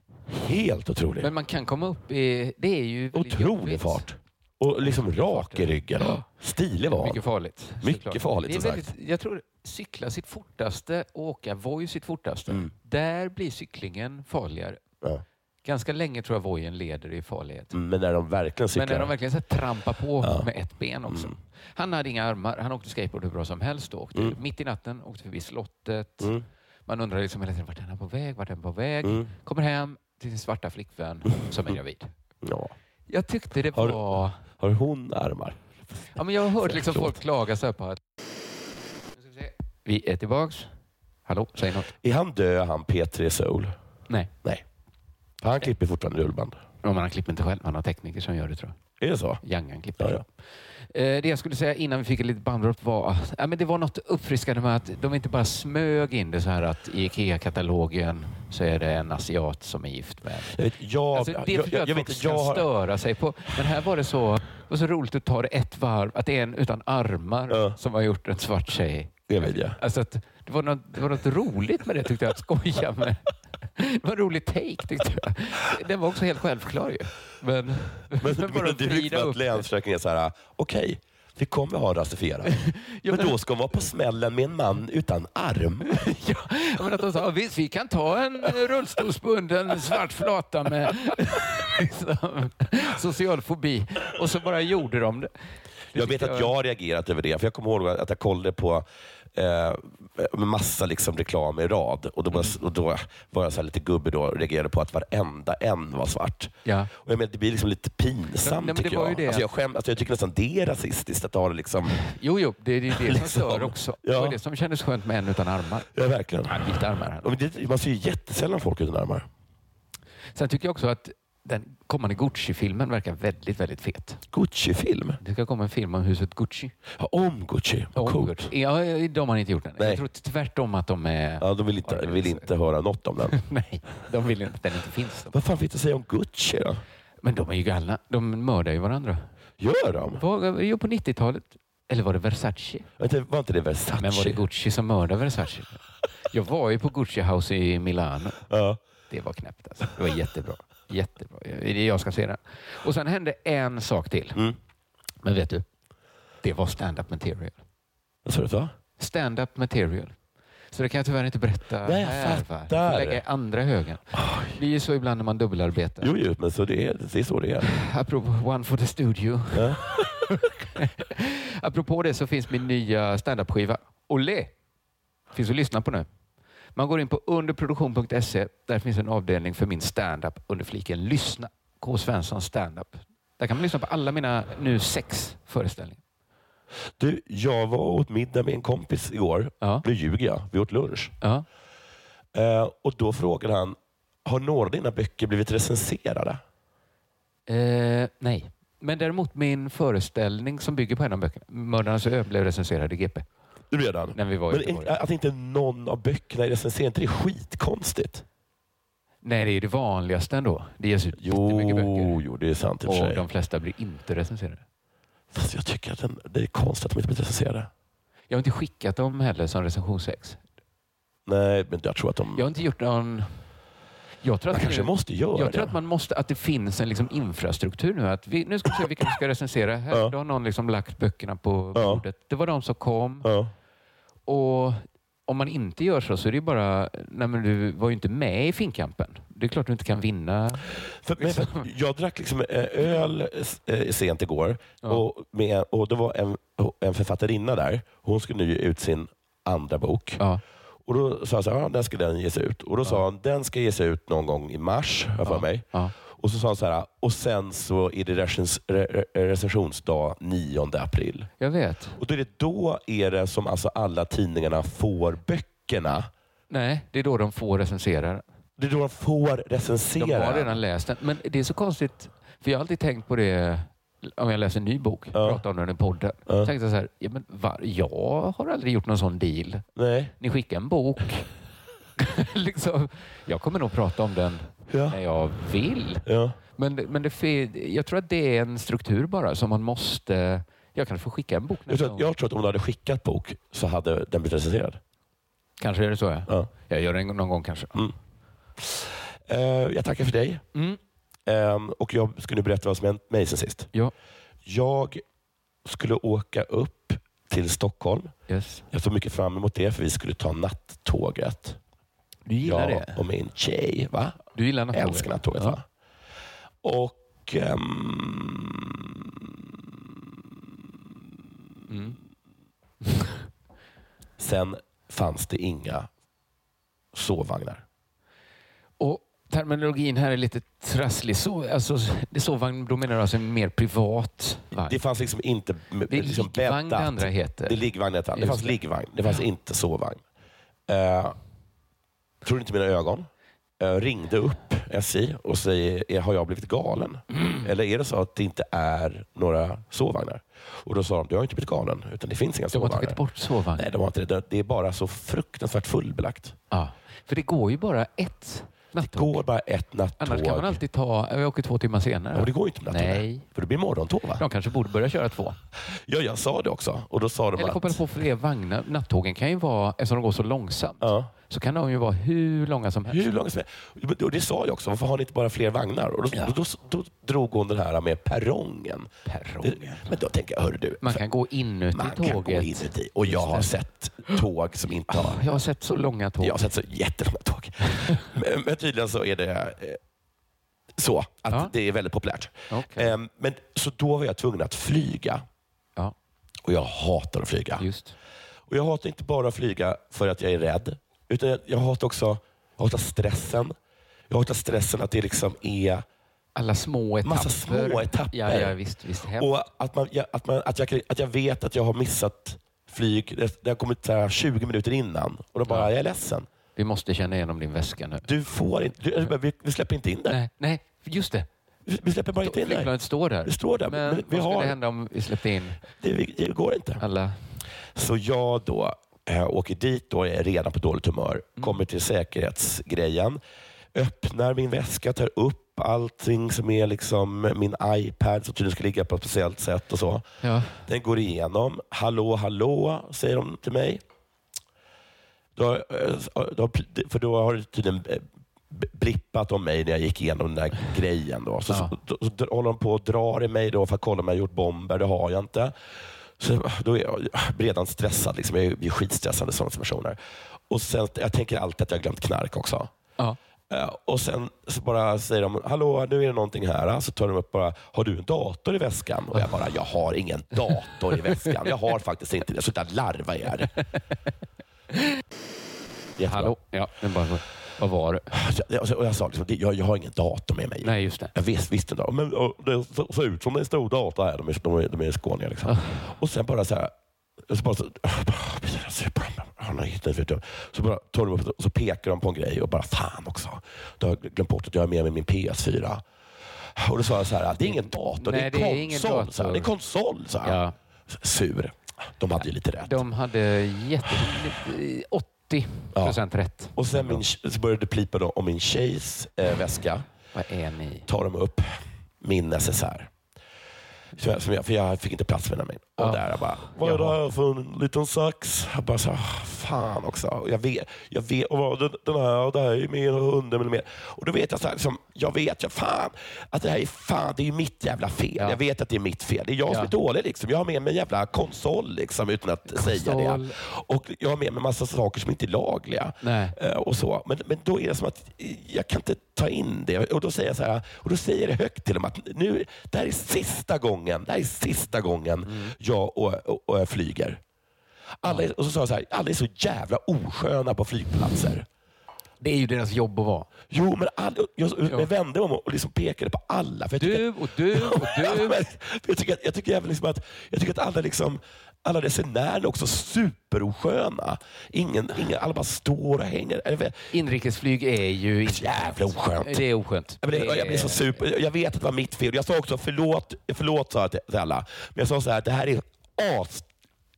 Speaker 7: Helt otroligt.
Speaker 6: Men man kan komma upp i... Det är ju väldigt
Speaker 7: Otrolig
Speaker 6: jobbigt.
Speaker 7: fart. Och liksom rak i ryggen. och Stilig var hon.
Speaker 6: Mycket farligt.
Speaker 7: Mycket
Speaker 6: såklart.
Speaker 7: farligt,
Speaker 6: Det är
Speaker 7: som
Speaker 6: väldigt, jag tror cykla sitt fortaste och åka Voi sitt fortaste.
Speaker 7: Mm.
Speaker 6: Där blir cyklingen farligare.
Speaker 7: Ja.
Speaker 6: Ganska länge tror jag Voien leder i farlighet.
Speaker 7: Mm, Men när de verkligen cyklar.
Speaker 6: Men när de verkligen så här, trampar på
Speaker 7: Ja.
Speaker 6: med ett ben också.
Speaker 7: Mm.
Speaker 6: Han hade inga armar. Han åkte skateboard hur bra som helst. Och åkte
Speaker 7: Mm.
Speaker 6: mitt i natten, åkte förbi slottet.
Speaker 7: Mm.
Speaker 6: Man undrar liksom hela tiden, vart är han på väg? Vart är han på väg?
Speaker 7: Mm.
Speaker 6: Kommer hem till sin svarta flickvän som är gravid.
Speaker 7: Ja.
Speaker 6: Jag tyckte det
Speaker 7: Har du-
Speaker 6: var...
Speaker 7: Har hon armar?
Speaker 6: Ja, men jag har hört liksom
Speaker 7: Förlåt.
Speaker 6: folk klaga så här på att... Nu ska vi, se. vi är tillbaks. Hallå, säg något.
Speaker 7: Är han död, han P3 Soul?
Speaker 6: Nej,
Speaker 7: För han klipper fortfarande rullband.
Speaker 6: men han klipper inte själv. Han har tekniker som gör det tror jag.
Speaker 7: Är det så?
Speaker 6: Jangan klipper.
Speaker 7: Ja, ja.
Speaker 6: Eh, Det jag skulle säga innan vi fick ett litet bandrop var att ja, men det var något uppfriskande med att de inte bara smög in det så här att i IKEA-katalogen så är det en asiat som är gift med
Speaker 7: Jag vet, jag,
Speaker 6: Alltså, det
Speaker 7: jag,
Speaker 6: förstår jag,
Speaker 7: jag,
Speaker 6: att
Speaker 7: jag, vet,
Speaker 6: folk kan
Speaker 7: jag har...
Speaker 6: störa sig på. Men här var det så, det var så roligt att ta det ett varv, att det är en utan armar
Speaker 7: Ja.
Speaker 6: som har gjort en svart tjej.
Speaker 7: Det vet jag.
Speaker 6: Alltså att det, var något, det var något roligt med det tyckte jag, att skoja med. Det var en rolig take tyckte jag. Den var också helt självklar ju. Men,
Speaker 7: Men, men du
Speaker 6: vrida
Speaker 7: liksom att
Speaker 6: upp det.
Speaker 7: Länsförsäkringen är så här, okej, vi kommer ha en rasifierad. men, då ska hon vara på smällen med en man utan arm.
Speaker 6: Ja, men att de sa, visst vi kan ta en eh, rullstolsbunden svart flata med liksom, social fobi. Och så bara gjorde de det. Det
Speaker 7: Jag vet
Speaker 6: tyckte
Speaker 7: att jag har reagerat över det, för jag kommer ihåg att jag kollade på eh, massa liksom reklam i rad och då, var, och då var jag så här lite gubbe då och reagerade på att varenda en var svart.
Speaker 6: Ja.
Speaker 7: Och jag menar, det blir liksom lite pinsamt
Speaker 6: Nej, men det
Speaker 7: tycker
Speaker 6: var
Speaker 7: jag.
Speaker 6: ju det.
Speaker 7: Alltså jag, skäm, alltså jag tycker nästan det är rasistiskt att ha det liksom...
Speaker 6: Jo, jo, det är det, är det som
Speaker 7: Liksom.
Speaker 6: stör också. Det
Speaker 7: Ja.
Speaker 6: var det som kändes skönt med en utan armar.
Speaker 7: Ja, verkligen.
Speaker 6: Han hade inte armar. här.
Speaker 7: Ja, men det, man ser ju jättesällan folk utan armar.
Speaker 6: Sen tycker jag också att den kommande Gucci-filmen verkar väldigt, väldigt fet.
Speaker 7: Gucci-film?
Speaker 6: Det ska komma en film om huset Gucci.
Speaker 7: Ja, om Gucci. Vad
Speaker 6: Om
Speaker 7: coolt.
Speaker 6: Gucci. Ja, eh, de har inte gjort den.
Speaker 7: Nej.
Speaker 6: Jag tror tvärtom att de är...
Speaker 7: Ja, de vill inte, vill inte höra något om den.
Speaker 6: Nej, de vill inte att den inte finns.
Speaker 7: Vad fan finns det att säga om Gucci då?
Speaker 6: Men de är ju galna. De mördar ju varandå.
Speaker 7: Gör de?
Speaker 6: Var, jo, på 90-talet. Eller var det Versace?
Speaker 7: Vänta, var inte det Versace?
Speaker 6: Men var det Gucci som mördade Versace? Jag var ju på Gucci House i Milano.
Speaker 7: Ja.
Speaker 6: Det var knäppt alltså. Det var jättebra. Jättebra. Jag, jag ska se den. Och sen hände en sak till.
Speaker 7: Mm.
Speaker 6: Men vet du? Det var stand-up material.
Speaker 7: Vad sa du? Va?
Speaker 6: Stand-up material. Så det kan jag tyvärr inte berätta
Speaker 7: Nej, jag
Speaker 6: här. va?
Speaker 7: fattar.
Speaker 6: Jag får lägga i andra högen. Det är ju så ibland när man dubbelarbetar.
Speaker 7: Jo, jo, men så det, är, det är så det är.
Speaker 6: Apropå One for the Studio.
Speaker 7: Ja.
Speaker 6: Apropå det så finns min nya standup-skiva. Olé! Finns att lyssna på nu. Man går in på underproduktion.se. Där finns en avdelning för min standup under fliken Lyssna. K. Svensson standup. Där kan man lyssna på alla mina nu sex föreställningar.
Speaker 7: Du, jag var och åt middag med en kompis igår.
Speaker 6: Ja.
Speaker 7: Nu ljuger jag. Vi åt lunch.
Speaker 6: Ja.
Speaker 7: Eh, och Då frågade han, har några av dina böcker blivit recenserade?
Speaker 6: Eh, nej. Men däremot min föreställning som bygger på en av böckerna, Mördarnas ö, blev recenserad i GP.
Speaker 7: redan.
Speaker 6: När vi var i
Speaker 7: Men in,
Speaker 6: Göteborg.
Speaker 7: att inte någon av böckerna är recenserad, inte det är skitkonstigt?
Speaker 6: Nej, det är ju det vanligaste ändå. Det ges ut jättemycket böcker.
Speaker 7: jo, det är sant i och för
Speaker 6: Och
Speaker 7: sig.
Speaker 6: de flesta blir inte recenserade.
Speaker 7: Fast jag tycker att den, det är konstigt att de inte blir recenserade.
Speaker 6: Jag har inte skickat dem heller som recensionsex.
Speaker 7: Nej, men jag tror att de...
Speaker 6: Jag har inte gjort någon... Jag tror
Speaker 7: man
Speaker 6: att,
Speaker 7: kanske måste
Speaker 6: jag
Speaker 7: göra
Speaker 6: tror
Speaker 7: det.
Speaker 6: att, man måste, att det finns en liksom infrastruktur nu. Att vi, nu ska vi se vilka vi ska recensera. Här,
Speaker 7: Ja.
Speaker 6: Då har någon liksom lagt böckerna på
Speaker 7: Ja.
Speaker 6: bordet. Det var de som kom.
Speaker 7: Ja.
Speaker 6: Och om man inte gör så så är det ju bara... Nej, men du var ju inte med i finkampen. Det är klart du inte kan vinna.
Speaker 7: För, men, för, att jag drack liksom eh, öl eh, sent igår och, med, och det var en, en författarinna där. Hon skulle nu ge ut sin andra bok.
Speaker 6: Ja.
Speaker 7: Och Då sa jag så här, ja, den ska den ges ut. Och Då sa hon, den ska ges ut någon gång i mars, har jag för mig.
Speaker 6: Ja.
Speaker 7: Och så sa hon så här, och sen så är det recens, re, re- recensionsdag 9 april.
Speaker 6: Jag vet.
Speaker 7: Och då är det, då är det som alltså alla tidningarna får böckerna.
Speaker 6: Nej, det är då de får recensera.
Speaker 7: Det är då de får recensera.
Speaker 6: De har redan läst den. Men det är så konstigt, för jag har alltid tänkt på det om jag läser en ny bok,
Speaker 7: Ja.
Speaker 6: pratar om den i podden.
Speaker 7: Ja.
Speaker 6: Tänkte jag så här, ja, men var, jag har aldrig gjort någon sån deal.
Speaker 7: Nej.
Speaker 6: Ni skickar en bok. liksom, jag kommer nog prata om den
Speaker 7: Ja.
Speaker 6: när jag vill.
Speaker 7: Ja.
Speaker 6: Men, men det, fe- jag tror att det är en struktur bara som man måste... Jag kanske får skicka en bok
Speaker 7: Jag,
Speaker 6: nästa
Speaker 7: tror att,
Speaker 6: gång.
Speaker 7: jag tror att om du hade skickat bok så hade den blivit recenserad.
Speaker 6: Kanske är det så. Ja.
Speaker 7: Ja.
Speaker 6: Jag gör det någon gång kanske.
Speaker 7: Mm. Eh, jag tackar för dig.
Speaker 6: Mm.
Speaker 7: Ehm, och jag ska nu berätta vad som hänt mig sen sist.
Speaker 6: Ja.
Speaker 7: Jag skulle åka upp till Stockholm.
Speaker 6: Yes.
Speaker 7: Jag såg mycket fram emot det för vi skulle ta nattåget.
Speaker 6: Du gillar
Speaker 7: jag
Speaker 6: det?
Speaker 7: och min tjej. Va?
Speaker 6: Du gillar
Speaker 7: Jag
Speaker 6: nattåget?
Speaker 7: älskar nattåget. Va? Och... ehm, sen fanns det inga sovvagnar.
Speaker 6: Och terminologin här är lite trasslig. Så, alltså, det är sovvagn, då menar du alltså en mer privat vagn?
Speaker 7: Det fanns liksom inte
Speaker 6: Det är liggvagn det andra heter.
Speaker 7: Det är liggvagn det heter. Det
Speaker 6: Just
Speaker 7: fanns
Speaker 6: det.
Speaker 7: liggvagn. Det fanns inte sovvagn. Eh, tror inte mina ögon. Eh, ringde upp SJ och säger, "Är- har jag blivit galen?
Speaker 6: Mm.
Speaker 7: Eller är det så att det inte är några sovvagnar? Och Då sa de, du har inte blivit galen, utan det finns inga
Speaker 6: de har
Speaker 7: sovvagnar.
Speaker 6: tagit bort sovvagn?
Speaker 7: Nej, de har inte det. Det är bara så fruktansvärt fullbelagt.
Speaker 6: Ja. För det går ju bara ett
Speaker 7: Det
Speaker 6: nattåg.
Speaker 7: går bara ett nattåg.
Speaker 6: Annars kan man alltid ta... Jag åker två timmar senare.
Speaker 7: Ja, men det går ju inte med nattåg.
Speaker 6: Nej.
Speaker 7: För det blir morgontåg va?
Speaker 6: De kanske borde börja köra två.
Speaker 7: Ja, jag sa det också. Och då sa de
Speaker 6: Eller
Speaker 7: att...
Speaker 6: koppla på fler vagnar. Nattågen kan ju vara, eftersom de går så långsamt,
Speaker 7: Ja.
Speaker 6: så kan de ju vara hur långa som helst.
Speaker 7: Hur långt som helst. Och det sa jag också. Varför har ni inte bara fler vagnar? Och då, då, då, drog hon den här med perrongen.
Speaker 6: Perrongen.
Speaker 7: Det, men då tänker jag, hörru du.
Speaker 6: Man kan gå inuti
Speaker 7: man
Speaker 6: tåget. Ah,
Speaker 7: kan gå inuti. Och jag har sett tåg som inte har...
Speaker 6: Jag har sett så långa tåg.
Speaker 7: Jag har sett så jättelånga tåg. men, men tydligen så är det eh, så att
Speaker 6: Ja.
Speaker 7: det är väldigt populärt.
Speaker 6: Okej.
Speaker 7: Ehm, men, så då var jag tvungen att flyga.
Speaker 6: Ja,
Speaker 7: Och jag hatar att flyga.
Speaker 6: just.
Speaker 7: Och jag hatar inte bara att flyga för att jag är rädd. Utan jag, jag hatar också jag hatar stressen. Jag hatar stressen att det liksom är
Speaker 6: Alla små etapper.
Speaker 7: massa små etapper.
Speaker 6: Ja, ja visst. visst. Hemskt.
Speaker 7: Och att, man, ja, att, man, att, jag, kan- att jag vet att jag har missat flyg. Det, det har kommit så här 20 minuter innan och då bara,
Speaker 6: Ja.
Speaker 7: jag är ledsen.
Speaker 6: Vi måste känna igenom din väska nu.
Speaker 7: Du får inte, du, vi, vi släpper inte in dig.
Speaker 6: Nej, nej, just det.
Speaker 7: Vi- Vi släpper bara inte in dig.
Speaker 6: Flygplanet står där.
Speaker 7: Det står där,
Speaker 6: Men,
Speaker 7: men vi
Speaker 6: vad
Speaker 7: har-
Speaker 6: skulle hända om vi släppte in
Speaker 7: Det, vi- det går inte.
Speaker 6: alla?
Speaker 7: Så jag då eh, åker dit då är redan på dåligt humör.
Speaker 6: Mm.
Speaker 7: Kommer till säkerhetsgrejen. Öppnar min väska, tar upp allting som är liksom min iPad som tydligen ska ligga på ett speciellt sätt och så.
Speaker 6: Ja.
Speaker 7: Den går igenom. Hallå, hallå, säger de till mig. Då, eh, då, för då har det tydligen eh, b- blippat om mig när jag gick igenom den där grejen. Då. Så,
Speaker 6: Ja.
Speaker 7: så, så, dr- håller de på och drar i mig då för att kolla om jag har gjort bomber. Det har jag inte. Så, då är jag redan stressad. Liksom. Jag är ju skitstressande sådana situationer. Och sen, jag tänker alltid att jag har glömt knark också.
Speaker 6: ja.
Speaker 7: Eh, Och sen så bara säger de, hallå nu är det någonting här. Så tar de upp bara, har du en dator i väskan? Och jag bara, jag har ingen dator i väskan. Jag har faktiskt inte det. Sluta larva er. Jättebra.
Speaker 6: Hallå? Ja, men bara, vad var det?
Speaker 7: Så jag- Och så- och jag sa, liksom, "Det- jag, jag har ingen dator med mig.
Speaker 6: Nej, just det.
Speaker 7: Jag visste, visste inte. Men och det ser- ser ut som en stor dator här. De är, de är, de är skåningar
Speaker 6: Ah.
Speaker 7: liksom. Och sen bara så här. Så bara så, så bara- han har hittat ut det. Så bara tar de upp och så pekar de på en grej och bara fan också. Då har jag glömt bort att jag har med mig min PS4. Och då sa jag så här, det är ingen dator,
Speaker 6: Nej,
Speaker 7: det
Speaker 6: det
Speaker 7: är
Speaker 6: är
Speaker 7: en
Speaker 6: ingen
Speaker 7: konsol. Så här,
Speaker 6: dator.
Speaker 7: det är konsol. Så här.
Speaker 6: Ja.
Speaker 7: Sur. De hade ju lite rätt.
Speaker 6: De hade jätte... 80 procent rätt.
Speaker 7: Och sen min, så började det plipa då om min tjejs eh, väska.
Speaker 6: Vad är ni?
Speaker 7: tar de upp min necessär. Så jag, som jag, för jag fick inte plats med den. Och
Speaker 6: Ja.
Speaker 7: där jag bara, vad är det här för en liten sax? Jag bara, så, här, "Ah, fan också. Och Jag vet, jag vet och vad, den, den här, och det här är mer än 100 millimeter. Och då vet jag så här, liksom, jag vet, jag, fan, att det här är fan, det är ju mitt jävla fel.
Speaker 6: Ja.
Speaker 7: Jag vet att det är mitt fel. Det är jag som
Speaker 6: Ja.
Speaker 7: är dålig. Liksom. Jag har med mig en jävla konsol liksom, utan att säga det.
Speaker 6: Konsol.
Speaker 7: Och jag har med mig massa saker som inte är lagliga.
Speaker 6: Nej.
Speaker 7: Eh, och så. Men, men då är det som att eh, jag kan inte ta in det. Och då säger jag så här, och då säger jag det högt till dem att nu, det här är sista gången, det här är sista gången jag och, och, och jag flyger. Alla, är- och så sa jag så här, alla är så jävla osköna på flygplatser.
Speaker 6: Det är ju deras jobb att vara.
Speaker 7: Jo, men all, jag, jag,
Speaker 6: Ja.
Speaker 7: jag vände mig om och liksom pekade på alla. För jag tycker
Speaker 6: Du
Speaker 7: att-
Speaker 6: och du och
Speaker 7: Ja,
Speaker 6: du.
Speaker 7: men jag, tycker, att- jag, tycker även liksom att, jag tycker att alla, liksom, alla resenärer är också superosköna. Ingen, ingen, alla bara står och hänger. Jag vet-
Speaker 6: Inrikesflyg är ju... inte-
Speaker 7: Jävla oskönt.
Speaker 6: Det är oskönt.
Speaker 7: Jag blir, jag blir så super. Jag vet att det var mitt fel. Jag sa också förlåt, förlåt sa jag till till alla. Men jag sa så här, det här är as...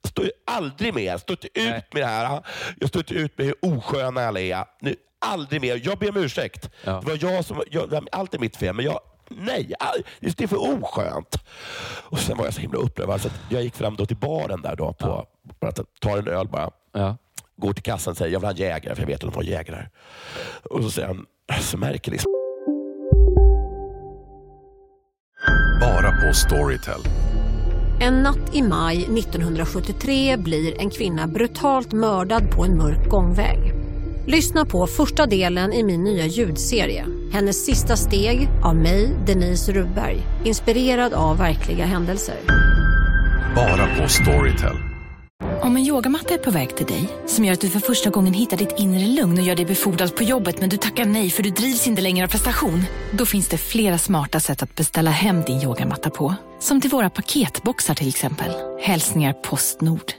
Speaker 7: Stå aldrig mer. Stå inte ut
Speaker 6: Nej.
Speaker 7: med det här. Jag står inte ut med hur osköna alla är. Nu, aldrig mer. Jag ber om ursäkt.
Speaker 6: Ja.
Speaker 7: Det var jag som... Jag, allt är mitt fel, men jag... Nej, all- det är för oskönt. Och sen var jag så himla upprörd. Så att jag gick fram då till baren där då på, bara att ta en öl bara
Speaker 6: Ja.
Speaker 7: går till kassan och säger jag vill ha en jägare, för jag vet att de har jägare. Och så säger han, så märker liksom.
Speaker 9: Bara på Storytel.
Speaker 10: En natt i maj 1973 blir en kvinna brutalt mördad på en mörk gångväg. Lyssna på första delen i min nya ljudserie. Hennes sista steg av mig, Denise Rubberg. Inspirerad av verkliga händelser.
Speaker 9: Bara på Storytel.
Speaker 5: Om en yogamatta är på väg till dig, som gör att du för första gången hittar ditt inre lugn och gör dig befordrad på jobbet men du tackar nej för du drivs inte längre av prestation. Då finns det flera smarta sätt att beställa hem din yogamatta på. Som till våra paketboxar till exempel. Hälsningar Postnord.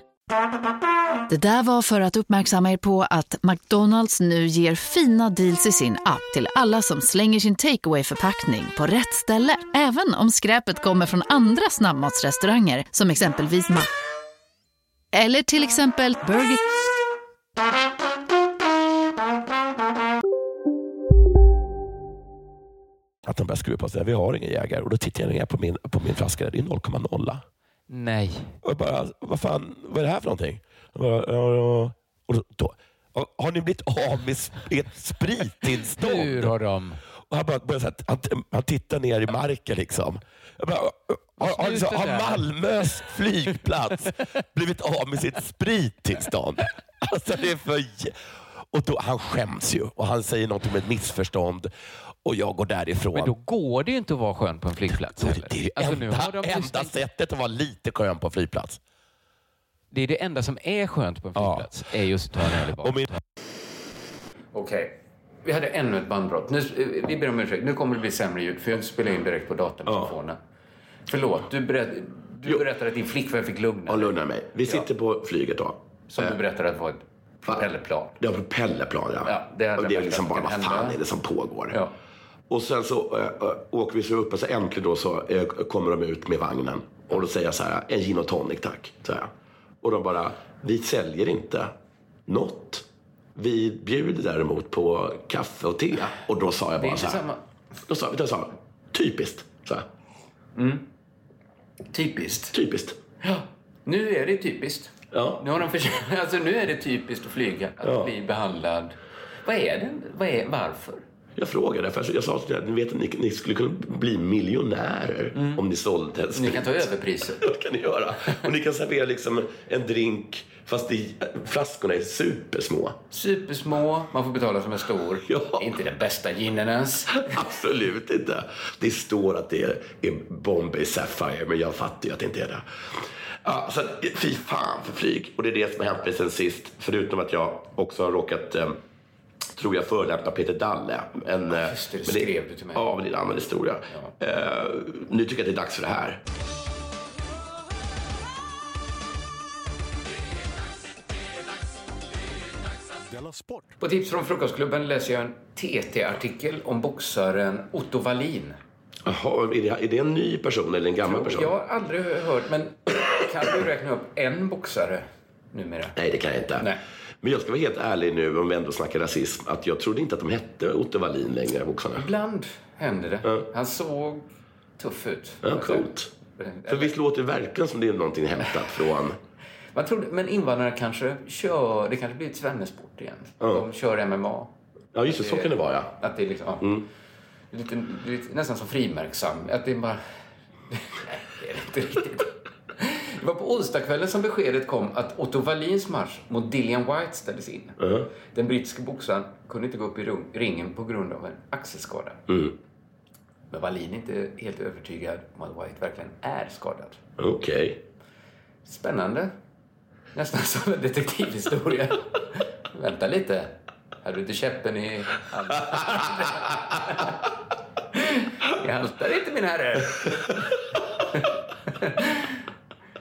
Speaker 11: Det där var för att uppmärksamma er på att McDonalds nu ger fina deals i sin app till alla som slänger sin takeaway förpackning på rätt ställe. Även om skräpet kommer från andra snabbmatsrestauranger som exempelvis Ma... Eller till exempel Burger...
Speaker 7: Att han börjar skruva på sig. Vi har ingen jägare. Och då tittar jag ner på min, på min flaska. Det är 0,0.
Speaker 6: Nej.
Speaker 7: Och jag bara, vad fan, vad är det här för någonting? Jag bara, ja, ja. Och då, då, har ni blivit av med sp- ert
Speaker 6: Hur
Speaker 7: sprittillstånd?
Speaker 6: har de...
Speaker 7: Och han, bara, börjar så här, han, han tittar ner i marken. liksom. Jag bara, har, har, liksom, har Malmös flygplats blivit av med sitt sprittillstånd? Alltså, det är för... jä- Och då, han skäms ju och han säger något om ett missförstånd och jag går därifrån.
Speaker 6: Men då går det ju inte att vara skön på en flygplats heller.
Speaker 7: det är ju
Speaker 6: Alltså, nu har
Speaker 7: enda,
Speaker 6: de ju
Speaker 7: enda
Speaker 6: stängt-
Speaker 7: sättet att vara lite skön på flygplats.
Speaker 6: Det är det enda som är skönt på en
Speaker 7: Ja.
Speaker 6: flygplats. är just att ta en öl i baren.
Speaker 7: Och min-
Speaker 6: Okej. Vi hade ännu ett bandbrott. Nu, eh, vi ber om ursäkt. Nu kommer det bli sämre ljud för jag spelar in direkt på datorn och telefonen. Förlåt, du, berätt, du berättade att din flickvän fick lugna
Speaker 7: Ja, Eh. lugna mig. Vi sitter på flyget då.
Speaker 6: Som du berättade att var ett propellerplan.
Speaker 7: Det var propellerplan, ja.
Speaker 6: Ja, det hade
Speaker 7: och det är
Speaker 6: varit
Speaker 7: liksom bara,
Speaker 6: bättre
Speaker 7: vad
Speaker 6: än
Speaker 7: fan
Speaker 6: hända.
Speaker 7: är det som pågår?
Speaker 6: Ja.
Speaker 7: Och sen så eh, eh, åker vi så upp och så äntligen då så eh, kommer de ut med vagnen. Och då säger jag så här, en gin och tonic tack. Så här. Och de bara, vi säljer inte något. Vi bjuder däremot på kaffe och te. Och då sa jag
Speaker 6: Det är
Speaker 7: bara
Speaker 6: inte
Speaker 7: så här.
Speaker 6: samma...
Speaker 7: Då sa, då sa jag, typiskt. Så här,
Speaker 6: Typiskt.
Speaker 7: typiskt.
Speaker 6: Nu är det typiskt.
Speaker 7: Ja.
Speaker 6: Nu, har de för... alltså, nu är det typiskt att flyga, att
Speaker 7: Ja.
Speaker 6: bli behandlad. Vad är det? Vad är... Varför?
Speaker 7: Jag frågade, för jag sa till ni vet att ni, ni skulle kunna bli miljonärer om ni sålde
Speaker 6: Mm. Ni kan ta överpriser.
Speaker 7: Det kan ni göra. Och ni kan servera liksom en drink fast i, flaskorna är supersmå.
Speaker 6: Supersmå, man får betala som en stor.
Speaker 7: Ja.
Speaker 6: Inte den bästa ginen ens.
Speaker 7: Absolut inte. Det står att det är, är Bombay Sapphire, men jag fattar ju att det inte är det. Ja, så, att, fy fan för flyg. Och det är det som har hänt mig sen sist. Förutom att jag också har råkat, eh, tror jag, förolämpa Peter Dalle. En, eh,
Speaker 6: Just det, det
Speaker 7: men
Speaker 6: skrev du till mig.
Speaker 7: Ja, men det är en annan historia. Eh, nu tycker jag att det är dags för det här.
Speaker 9: Della Sport.
Speaker 6: På tips från Frukostklubben läser jag en TT-artikel om boxaren Otto Wallin.
Speaker 7: Jaha, är det, är det en ny person eller en gammal person?
Speaker 6: Jag har aldrig hört, men Kan du räkna upp en boxare numera?
Speaker 7: Nej, det kan jag inte. Men jag ska vara helt ärlig nu, om vi ändå snackar rasism, att jag trodde inte att de hette Otto Wallin längre, boxarna.
Speaker 6: Ibland händer det. Han såg tuff ut.
Speaker 7: Ja, coolt. För visst låter det verkligen som det är någonting hämtat från...
Speaker 6: Man tror, men invandrare kanske kör... Det kanske blir ett svennesport igen.
Speaker 7: Ja.
Speaker 6: De kör MMA.
Speaker 7: Ja, just det. Så kan det vara, ja.
Speaker 6: Att det är liksom, ja. lite, lite, nästan som frimärksam. Att det är bara... Nej, det är inte riktigt. Det var på onsdagskvällen som beskedet kom att Otto Wallins match mot Dillian White ställdes in.
Speaker 7: Ja.
Speaker 6: Den brittiske boxaren kunde inte gå upp i rum- ringen på grund av en axelskada.
Speaker 7: Mm.
Speaker 6: Men Wallin är inte helt övertygad om att White verkligen är skadad.
Speaker 7: Okej.
Speaker 6: Spännande. Nästan som en detektivhistoria. Vänta lite. Hade du inte käppen i handen? Jag haltar inte, min herre.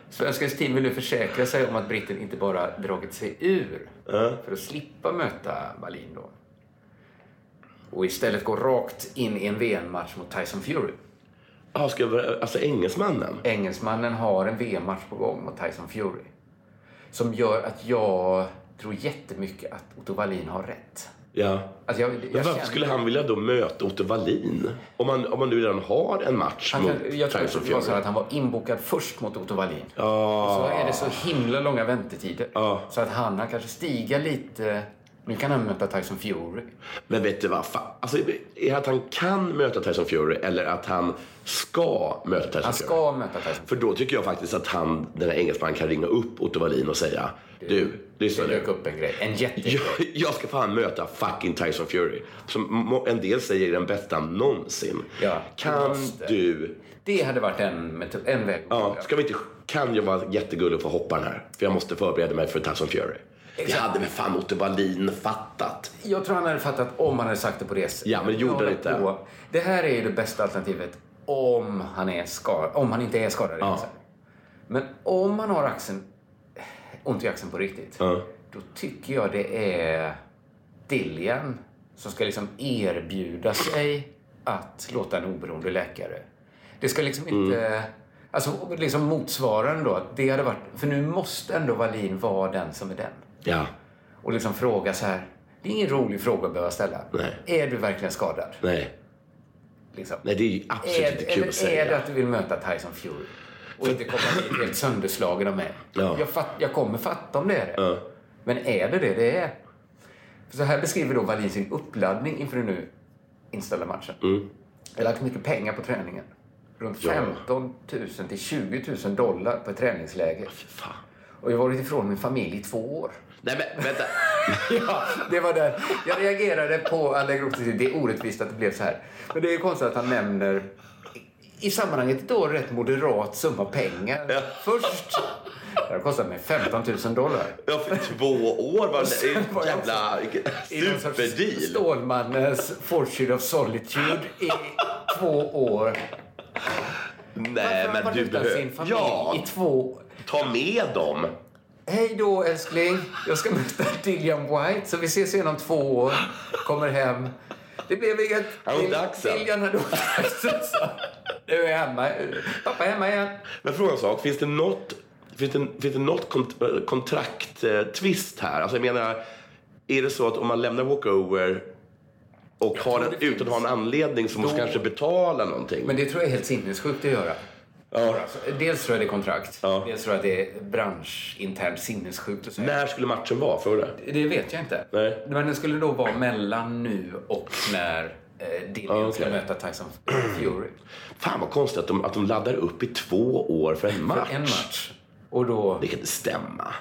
Speaker 6: Svenskans team vill nu försäkra sig om att britten inte bara dragit sig ur för att slippa möta Wallin då. Och istället gå rakt in i en VM-match mot Tyson Fury.
Speaker 7: Ah, ska jag, alltså engelsmannen?
Speaker 6: Engelsmannen har en VM-match på gång mot Tyson Fury. Som gör att jag tror jättemycket att Otto Wallin har rätt.
Speaker 7: Ja.
Speaker 6: Alltså jag,
Speaker 7: Men
Speaker 6: jag
Speaker 7: varför
Speaker 6: känner-
Speaker 7: skulle han vilja då möta Otto Wallin? Om man, om man nu redan har en match
Speaker 6: Han,
Speaker 7: mot
Speaker 6: kan- Alltså, jag tror
Speaker 7: Tyson
Speaker 6: att det var så
Speaker 7: Fury. Ah.
Speaker 6: här att han var inbokad först mot Otto Wallin.
Speaker 7: Ja.
Speaker 6: Och så är det så himla långa väntetider.
Speaker 7: Ah.
Speaker 6: Så att han, han kanske stiga lite. Nu kan han möta Tyson Fury.
Speaker 7: Men vet du vad? Fan. Alltså, är det att han kan möta Tyson Fury eller att han ska möta Tyson
Speaker 6: Han
Speaker 7: Fury?
Speaker 6: ska möta Tyson
Speaker 7: För då tycker jag faktiskt att han, den här engelsmannen kan ringa upp Otto Wallin och säga Du, lyssna nu.
Speaker 6: upp en grej. En jättegrej.
Speaker 7: Jag, jag ska fan möta fucking Tyson Fury. Som må- en del säger är den bästa någonsin. Kan
Speaker 6: just det.
Speaker 7: du...
Speaker 6: Det hade varit en, meto- en väg.
Speaker 7: Ja, ska vi inte... Kan jag vara jättegullig och få hoppa den här? För jag måste förbereda mig för Tyson Fury. Det hade väl fan Otto Wallin fattat.
Speaker 6: Jag tror han hade fattat om han hade sagt det på det sättet.
Speaker 7: Ja, men det gjorde
Speaker 6: Jag
Speaker 7: han
Speaker 6: håller
Speaker 7: inte.
Speaker 6: på. Det här är ju det bästa alternativet om han, är skad, om han inte är skadad.
Speaker 7: Ja.
Speaker 6: alltså. Men om han har axeln, ont i axeln på riktigt,
Speaker 7: Ja.
Speaker 6: då tycker jag det är Dillian som ska liksom erbjuda sig att låta en oberoende läkare. Det ska liksom
Speaker 7: Mm.
Speaker 6: inte... Alltså liksom motsvarande då. att Det hade varit, för nu måste ändå Wallin vara den som är den
Speaker 7: Ja.
Speaker 6: och liksom fråga så här. Det är ingen rolig fråga att behöva ställa. Är du verkligen skadad?
Speaker 7: Nej.
Speaker 6: Liksom.
Speaker 7: Nej, det är ju absolut
Speaker 6: är,
Speaker 7: inte kul
Speaker 6: eller
Speaker 7: att säga.
Speaker 6: är det att du vill möta Tyson Fury? Och inte komma dit helt sönderslagen av mig.
Speaker 7: Ja.
Speaker 6: Jag, fatt, jag kommer fatta om det är det. Men är det det det är? För så här beskriver då Wallin sin uppladdning inför den nu inställda matchen.
Speaker 7: Mm.
Speaker 6: Jag har lagt mycket pengar på träningen. Runt
Speaker 7: Ja.
Speaker 6: 15 000 till 20 000 dollar på ett träningsläger. Och jag har varit ifrån min familj i två år.
Speaker 7: Nej, men vänta.
Speaker 6: ja, det var där. Jag reagerade på Allegrotti. Det är orättvist att det blev så här. Men det är ju konstigt att han nämner i sammanhanget då rätt moderat summa pengar. Först, det har kostat mig 15 000 dollar.
Speaker 7: Ja, för två år var det
Speaker 6: Sen var
Speaker 7: en
Speaker 6: jag
Speaker 7: jävla
Speaker 6: I någon sorts
Speaker 7: superdeal.
Speaker 6: Stålmannens Fortune of Solitude i två år.
Speaker 7: Nej,
Speaker 6: Han
Speaker 7: Eh, men
Speaker 6: var
Speaker 7: du
Speaker 6: utan
Speaker 7: behöver...
Speaker 6: sin familj i två...
Speaker 7: Ta med dem.
Speaker 6: Hej då älskling, jag ska möta Dillian White så vi ses igen om två år. Kommer hem. Det blev inget.
Speaker 7: Han har ont i axeln.
Speaker 6: Dillian hade ont i axeln. så. Nu är jag hemma. Pappa är hemma igen.
Speaker 7: Men fråga en sak. Finns det något, finns det, finns det något kont kontrakttvist här? Alltså jag menar, är det så att om man lämnar walkover och har en, utan att ha en anledning så måste
Speaker 6: Då-
Speaker 7: kanske betala någonting?
Speaker 6: Men det tror jag är helt sinnessjukt att göra. Alltså,
Speaker 7: Ja.
Speaker 6: Dels tror jag det är kontrakt. Dels tror jag det är branschinternt sinnessjukt att säga.
Speaker 7: När skulle matchen vara? För det?
Speaker 6: Det vet jag inte.
Speaker 7: Nej.
Speaker 6: Men det skulle då vara mellan nu och när eh, Dillian
Speaker 7: Ah, okej.
Speaker 6: ska möta Tyson Fury.
Speaker 7: Fan vad konstigt att de, att de laddar upp i två år för en match.
Speaker 6: en match. Och då...
Speaker 7: Det kan inte stämma.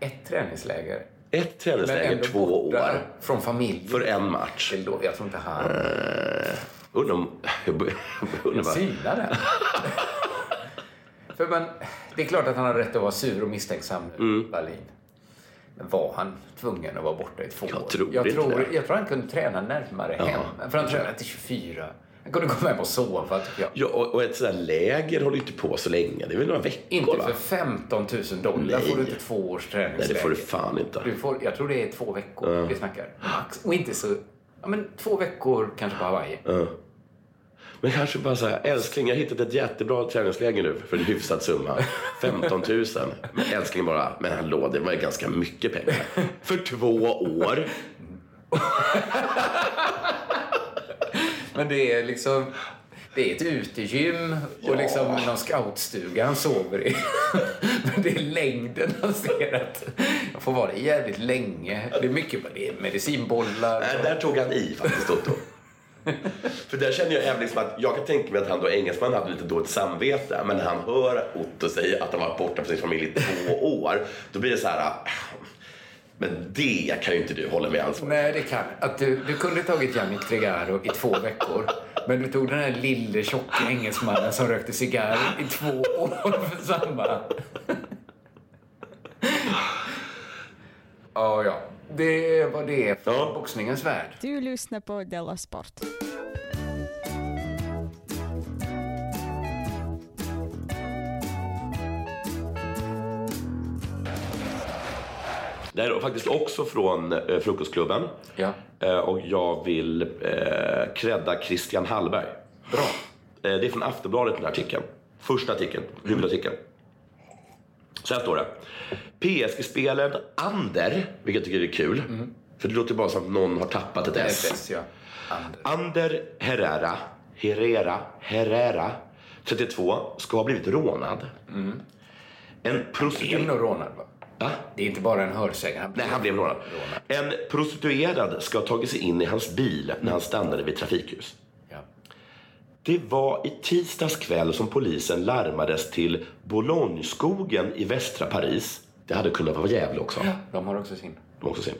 Speaker 6: Ett träningsläger.
Speaker 7: Ett
Speaker 6: Men
Speaker 7: träningsläger
Speaker 6: ändå
Speaker 7: två
Speaker 6: borta
Speaker 7: år.
Speaker 6: Från familj.
Speaker 7: För en match.
Speaker 6: Jag tror inte han...
Speaker 7: Undrar om... Jag bör- undrar
Speaker 6: Jag
Speaker 7: bara-
Speaker 6: synar den. För man, det är klart att han har rätt att vara sur och misstänksam nu,
Speaker 7: Mm.
Speaker 6: Wallin. Men var han tvungen att vara borta i två år?
Speaker 7: tror
Speaker 6: jag
Speaker 7: inte
Speaker 6: tror,
Speaker 7: det.
Speaker 6: jag tror han kunde träna närmare
Speaker 7: Ja.
Speaker 6: hem. För han tränade till 24. Han kunde komma hem och sova, tycker jag.
Speaker 7: Ja, och, och ett sånt här läger håller ju inte på så länge. Det är väl några veckor,
Speaker 6: Inte
Speaker 7: va?
Speaker 6: för 15 000 dollar
Speaker 7: Nej.
Speaker 6: får du inte två års
Speaker 7: Nej,
Speaker 6: träningsläger.
Speaker 7: det får du fan inte.
Speaker 6: Du får, jag tror det är två veckor vi snackar. Max. Och inte så... Ja, men två veckor kanske på Hawaii.
Speaker 7: Ja. Men kanske bara så här, älskling jag har hittat ett jättebra träningsläger nu för en hyfsad summa. 15 000. Men älskling bara, men hallå det var ju ganska mycket pengar. För två år.
Speaker 6: Men det är liksom... Det är ett utegym och liksom någon scoutstuga han sover i. Men det är längden han ser att jag får vara i jävligt länge. Det är mycket det är medicinbollar.
Speaker 7: Nej, Äh, där tog han i faktiskt Otto. För där känner jag även liksom att jag kan tänka mig att han då engelsman hade lite dåligt samvete. Men när han hör Otto säga att han var borta från sin familj i två år. Då blir det så här. "Ah, Men det kan ju inte du hålla med ansvarig
Speaker 6: Nej, det kan att du, du kunde tagit Jannik Tregaro i två veckor. Men du tog den här lille tjocka engelsmannen som rökte cigarr i två år för samma. Ja, ja. Det var det för boxningens värld.
Speaker 12: Du lyssnar på Della Sport.
Speaker 7: Det här är faktiskt också från eh, Frukostklubben.
Speaker 6: Ja.
Speaker 7: Eh, och jag vill eh, credda Christian Hallberg. Bra. Eh, det är från Aftonbladet den här artikeln. Första artikeln, huvudartikeln. Så här står det. PSG-spelaren Ander, vilket jag tycker är kul.
Speaker 6: Mm.
Speaker 7: För det låter bara som att någon har tappat ett S.
Speaker 6: Ett S, ja.
Speaker 7: Ander Herrera, Herrera, Herrera, 32, ska ha blivit rånad. En prostituerad... Han blev
Speaker 6: Mm. nog rånad va? Det är inte bara en hörsägen.
Speaker 7: Nej, han blev rånad. En prostituerad ska ha tagit sig in i hans bil när han stannade vid trafikljus. Det var i tisdags kväll som polisen larmades till Boulogneskogen i västra Paris. Det hade kunnat vara Gävle också.
Speaker 6: De har också sin.
Speaker 7: De har också sin.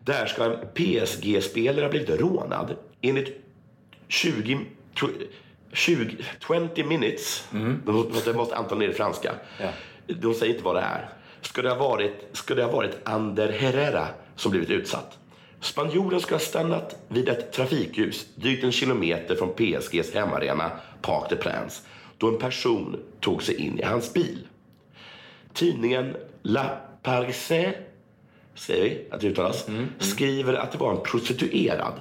Speaker 7: Där ska en PSG-spelare ha blivit rånad enligt 20... 20, 20 minutes. De måste, de måste antagligen är det franska. De säger inte vad det är. Ska det ha varit, ska det ha varit Ander Herrera som blivit utsatt? Spanjoren ska ha stannat vid ett trafikljus drygt en kilometer från PSGs hemarena Parc des Princes då en person tog sig in i hans bil. Tidningen La Parisée, säger vi att det uttalas, skriver att det var en prostituerad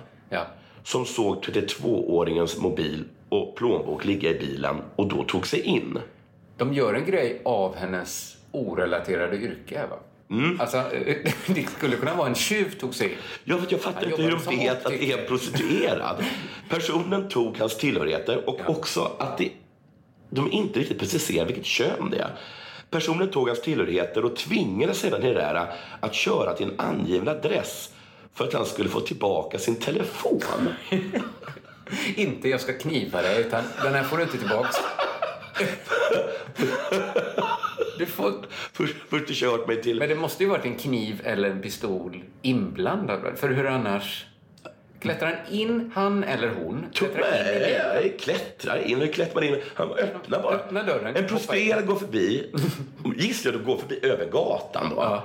Speaker 7: som såg 32-åringens mobil och plånbok ligga i bilen och då tog sig in.
Speaker 6: De gör en grej av hennes orelaterade yrke här, va? Alltså, det skulle kunna vara en tjuv tog sig in.
Speaker 7: Ja, för jag fattar inte hur de vet att det är en prostituerad. Personen tog hans tillhörigheter och också att det, de inte riktigt preciserar vilket kön det är. Personen tog hans tillhörigheter och tvingade sedan Herrera att köra till en angiven adress för att han skulle få tillbaka sin telefon.
Speaker 6: Inte jag ska kniva dig, utan den här får du inte tillbaks. Du får...
Speaker 7: Först, först du kört mig till...
Speaker 6: Men det måste ju varit en kniv eller en pistol inblandad. va? För hur annars... Klättrar han in, han eller hon? Klättrar in i bilen?
Speaker 7: Nej, klättrar in. Hur klättrar man in? Han öppnar bara.
Speaker 6: Öppnar dörren.
Speaker 7: En prostituerad går förbi. Gissar jag då går förbi över gatan då.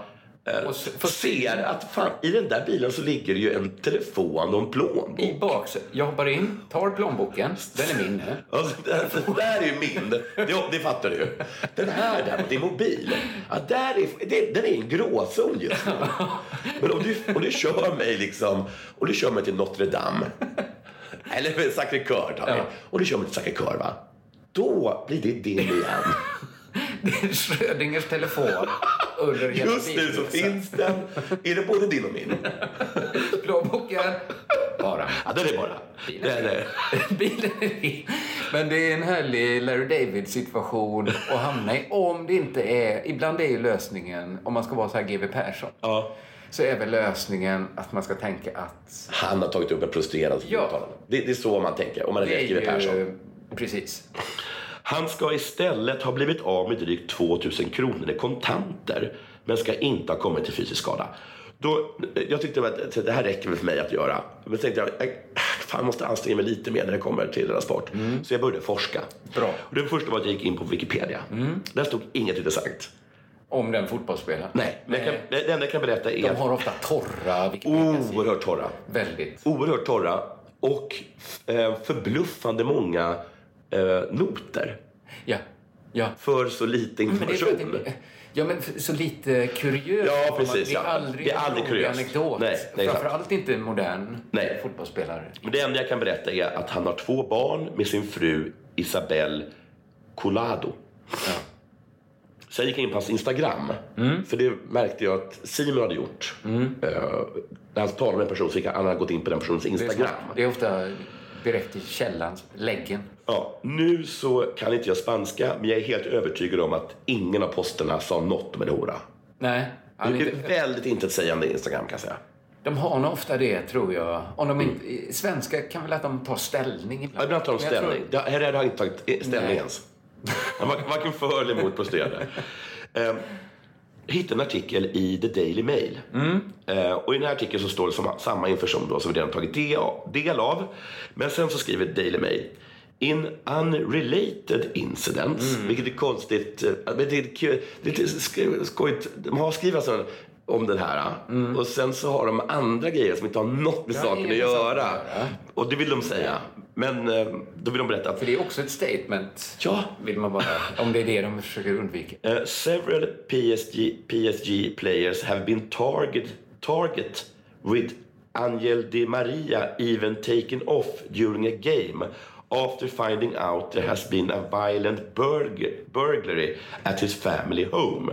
Speaker 7: Eh, ser att fan, i den där bilen så ligger det ju en telefon och en plånbok.
Speaker 6: I baksätet. Jag hoppar in, tar plånboken. Den är min nu.
Speaker 7: Alltså, det, det där är ju min. Det, det fattar du ju. Den här däremot, det är mobil. Ja, där är, det, den är en gråzon just nu. Men om du, om du kör mig liksom, och du kör mig till Notre Dame. Eller Sacré Coeur tar vi. Och du kör mig till Sacré Coeur va. Då blir det din igen.
Speaker 6: Det är Schrödingers telefon under hela
Speaker 7: Just nu så
Speaker 6: bilresan.
Speaker 7: finns den. Är det både din och min?
Speaker 6: Plånboken. Bara.
Speaker 7: Ja, den är bara.
Speaker 6: Bilen är, Bilen är din. Men det är en härlig Larry David-situation att hamna i. Om det inte är... Ibland är ju lösningen, om man ska vara så här GW Persson, så är väl lösningen att man ska tänka att...
Speaker 7: Han har tagit upp en prostituerad som ja. det, det är så man tänker om man är
Speaker 6: Det är
Speaker 7: rätt GW
Speaker 6: ju-
Speaker 7: Persson.
Speaker 6: Precis.
Speaker 7: Han ska istället ha blivit av med drygt 2000 kronor i kontanter men ska inte ha kommit till fysisk skada. Då, jag tyckte att det här räcker väl för mig att göra. Men tänkte jag, jag fan, jag måste anstränga mig lite mer när det kommer till deras sport.
Speaker 6: Mm.
Speaker 7: Så jag började forska. Bra. Och det första var att jag gick in på Wikipedia.
Speaker 6: Mm.
Speaker 7: Där stod inget intressant.
Speaker 6: Om den fotbollsspelaren?
Speaker 7: Nej, men jag kan, det enda jag kan berätta är...
Speaker 6: De har ofta torra...
Speaker 7: Oerhört torra.
Speaker 6: Väldigt.
Speaker 7: Oerhört torra och eh, förbluffande många eh, noter.
Speaker 6: Ja. Ja.
Speaker 7: För så lite
Speaker 6: Men det är för
Speaker 7: information.
Speaker 6: att det, ja, men för- så lite kuriös.
Speaker 7: Ja,
Speaker 6: får man-
Speaker 7: precis,
Speaker 6: Det är
Speaker 7: ja.
Speaker 6: aldrig
Speaker 7: Det är
Speaker 6: en
Speaker 7: aldrig
Speaker 6: rolig
Speaker 7: kuriöst.
Speaker 6: anekdot.
Speaker 7: Nej, nej, sant.
Speaker 6: Framförallt inte en modern
Speaker 7: Nej.
Speaker 6: fotbollsspelare.
Speaker 7: Men det enda jag kan berätta är att han har två barn med sin fru Isabel Collado. Sen gick jag in på hans Instagram.
Speaker 6: Mm.
Speaker 7: För det märkte jag att Simon hade gjort. Eh, när han talade med en person så gick han, han hade gått in på den personens Instagram.
Speaker 6: Det är ofta direkt i källan, läggen.
Speaker 7: Ja, nu så kan inte jag spanska, men jag är helt övertygad om att ingen av posterna sa något om en hora.
Speaker 6: Nej.
Speaker 7: Det är väldigt intetsägande Instagram kan jag säga.
Speaker 6: De har nog ofta det, tror jag. Om de inte, Svenska kan väl att de tar ställning ibland.
Speaker 7: Ibland tar de
Speaker 6: Men jag tror-
Speaker 7: ställning. Det här har jag inte tagit eh, ställning
Speaker 6: Nej.
Speaker 7: ens. Han var varken för eller emot prostituerade. Um, hittade en artikel i The Daily Mail. Eh, och i den här artikeln så står det som, samma information då som vi redan tagit del av, del av. Men sen så skriver Daily Mail. In unrelated incidents, vilket är konstigt. eh, men Det är kul- det är lite sk- skojigt. De har skrivit alltså om den här eh, och sen så har de andra grejer som inte har något med
Speaker 6: Ja,
Speaker 7: saken att
Speaker 6: ingen sak
Speaker 7: göra. Och det vill de säga. Men eh, då vill de berätta. För
Speaker 6: det är också ett statement.
Speaker 7: Ja.
Speaker 6: Vill man bara, om det är det de försöker undvika.
Speaker 7: Uh, several PSG, PSG players have been target, target with Angel Di Maria even taken off during a game after finding out there has been a violent burg, burglary at his family home.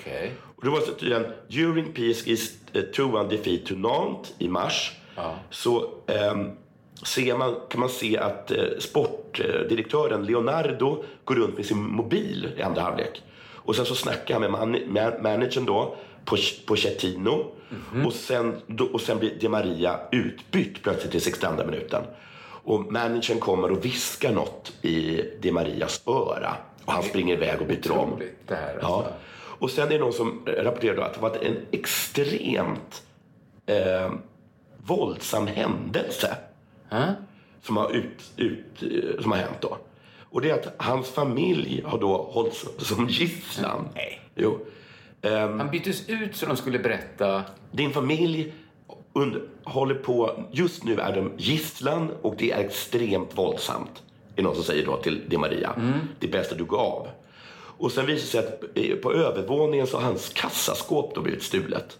Speaker 6: Okej.
Speaker 7: Och det var så tydligen, during PSGs eh, 2-1 defeat to Nantes i mars så ehm, ser man, kan man se att eh, sportdirektören Leonardo går runt med sin mobil i andra halvlek. Och sen så snackar han med man, man, managern då, Poch- Pochettino. Och, sen, då, och sen blir Di Maria utbytt plötsligt i 62 minuten. Och managern kommer och viskar något i Di Marias öra. Och han springer iväg och byter om.
Speaker 6: Det här, alltså.
Speaker 7: Ja. Och sen är det någon som rapporterade att det var en extremt eh, våldsam händelse som, har ut, ut, eh, som har hänt då. Och det är att hans familj har då hållits som gisslan. Nej. Jo.
Speaker 6: Han byttes ut så de skulle berätta.
Speaker 7: Din familj under, håller på, just nu är de gisslan och det är extremt våldsamt. Är någon som säger då till Di Maria.
Speaker 6: Mm.
Speaker 7: Det är bäst att du går av. Och sen visar det sig att eh, på övervåningen så har hans kassaskåp då blivit stulet.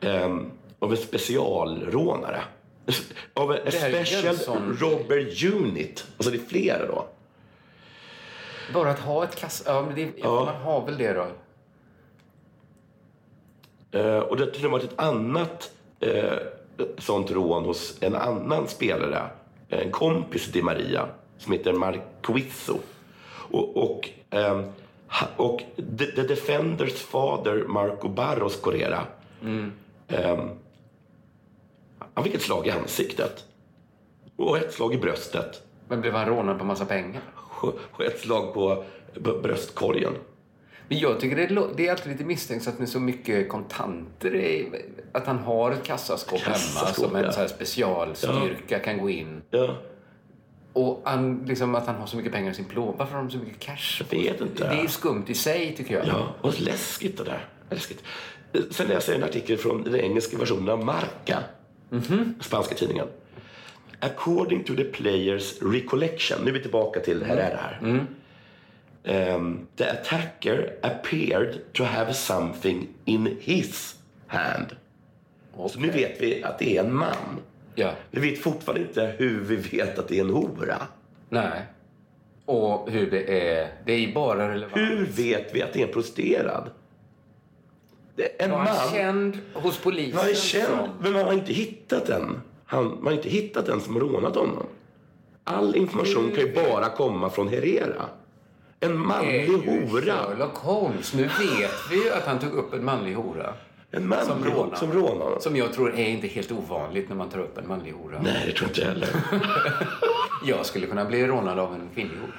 Speaker 7: Ehm, av en specialrånare. Av en
Speaker 6: Det här är ju
Speaker 7: special
Speaker 6: Jönsson.
Speaker 7: robber unit. Alltså det är flera då.
Speaker 6: Bara att ha ett kass... Ja, men det, man har väl det då.
Speaker 7: Eh, och det har till och med varit ett annat eh, sånt rån hos en annan spelare. En kompis till Maria som heter Marquizzo. Och, och, ehm, ha- och the, the Defenders fader Marco Barros Correa. ehm, han fick ett slag i ansiktet. Och ett slag i bröstet.
Speaker 6: Men blev han rånad på massa pengar?
Speaker 7: Och och ett slag på b- bröstkorgen.
Speaker 6: Men jag tycker det, lå- det är alltid lite misstänksamt med så mycket kontanter. i- Att han har ett kassaskåp, hemma
Speaker 7: Kassaskåp,
Speaker 6: som en
Speaker 7: ja.
Speaker 6: så här specialstyrka kan gå in.
Speaker 7: Ja.
Speaker 6: Och han, liksom, att han har så mycket pengar i sin plånbok. Varför har de så mycket cash?
Speaker 7: Jag vet inte.
Speaker 6: Det är ju skumt i sig tycker jag.
Speaker 7: Ja, vad läskigt det där. Läskigt. Eh, Sen läser jag en artikel från den engelska versionen av Marca, spanska tidningen. According to the players recollection, nu är vi tillbaka till här är det här. Ehm, the attacker appeared to have something in his hand. Så nu vet vi att det är en man.
Speaker 6: Ja.
Speaker 7: Vi vet fortfarande inte hur vi vet att det är en hora.
Speaker 6: Nej. Och hur det är. Det är ju bara relevant.
Speaker 7: Hur vet vi att det är en prostituerad? Det är en
Speaker 6: Var han
Speaker 7: man.
Speaker 6: känd hos polisen?
Speaker 7: Man är känd,
Speaker 6: som-
Speaker 7: men man har inte hittat den. Han, man har inte hittat den som har rånat honom. All information kan ju bara komma från Herrera. En manlig hora.
Speaker 6: Sherlock Holmes. Nu vet vi ju att han tog upp en manlig hora.
Speaker 7: En manlig
Speaker 6: som
Speaker 7: hora-
Speaker 6: rånade.
Speaker 7: som rånade honom.
Speaker 6: Som jag tror är inte helt ovanligt när man tar upp en manlig hora.
Speaker 7: Nej, det tror jag inte heller.
Speaker 6: Jag skulle kunna bli rånad av en kvinnlig hora.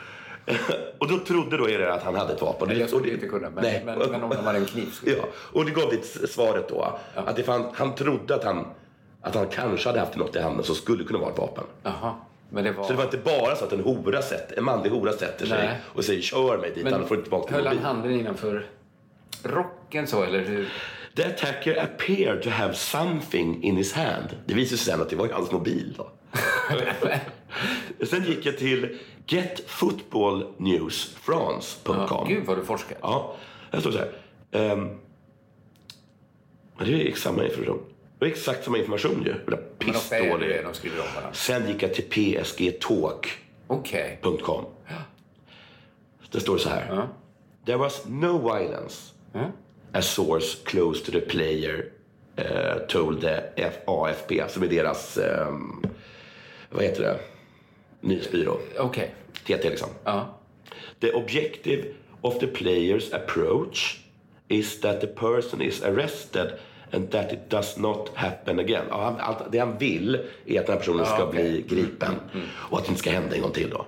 Speaker 7: och då trodde då Herrera att han hade ett vapen.
Speaker 6: Nej, jag
Speaker 7: och
Speaker 6: skulle inte kunna, men,
Speaker 7: Nej.
Speaker 6: men, men om de hade en kniv skulle
Speaker 7: Ja, och det gav det s- svaret då. Att det fan, han trodde att han, att han kanske hade haft något i handen som skulle kunna vara ett vapen.
Speaker 6: Jaha, men det var...
Speaker 7: Så det var inte bara så att en, hora sätt, en manlig hora sätter sig
Speaker 6: Nej.
Speaker 7: och säger kör mig dit, annars får du tillbaka din
Speaker 6: höll han
Speaker 7: mobil.
Speaker 6: handen innanför rocken så, eller hur?
Speaker 7: The attacker appeared to have something in his hand. Det visade sig sen att det var ju hans mobil. Då. Sen gick jag till Getfootballnewsfrance.com.
Speaker 6: Ja, gud vad du forskar.
Speaker 7: Ja, här står så här. ehm, men det är exakt samma information. Det var exakt samma information ju. Det var
Speaker 6: Men ofta är det
Speaker 7: pissdålig.
Speaker 6: det de skriver om varandra.
Speaker 7: Sen gick jag till psgtalk.com. Det står så här. There was no violence. A source close to the player eh, told the F- AFP, som är deras, ehm, vad heter det, nyhetsbyrå.
Speaker 6: Okej.
Speaker 7: TT liksom. The objective of the player's approach is that the person is arrested and that it does not happen again. Ja, han, allt, det han vill är att den här
Speaker 6: Ja,
Speaker 7: personen ska
Speaker 6: okej. Mm,
Speaker 7: bli gripen och att det inte ska hända en gång till då.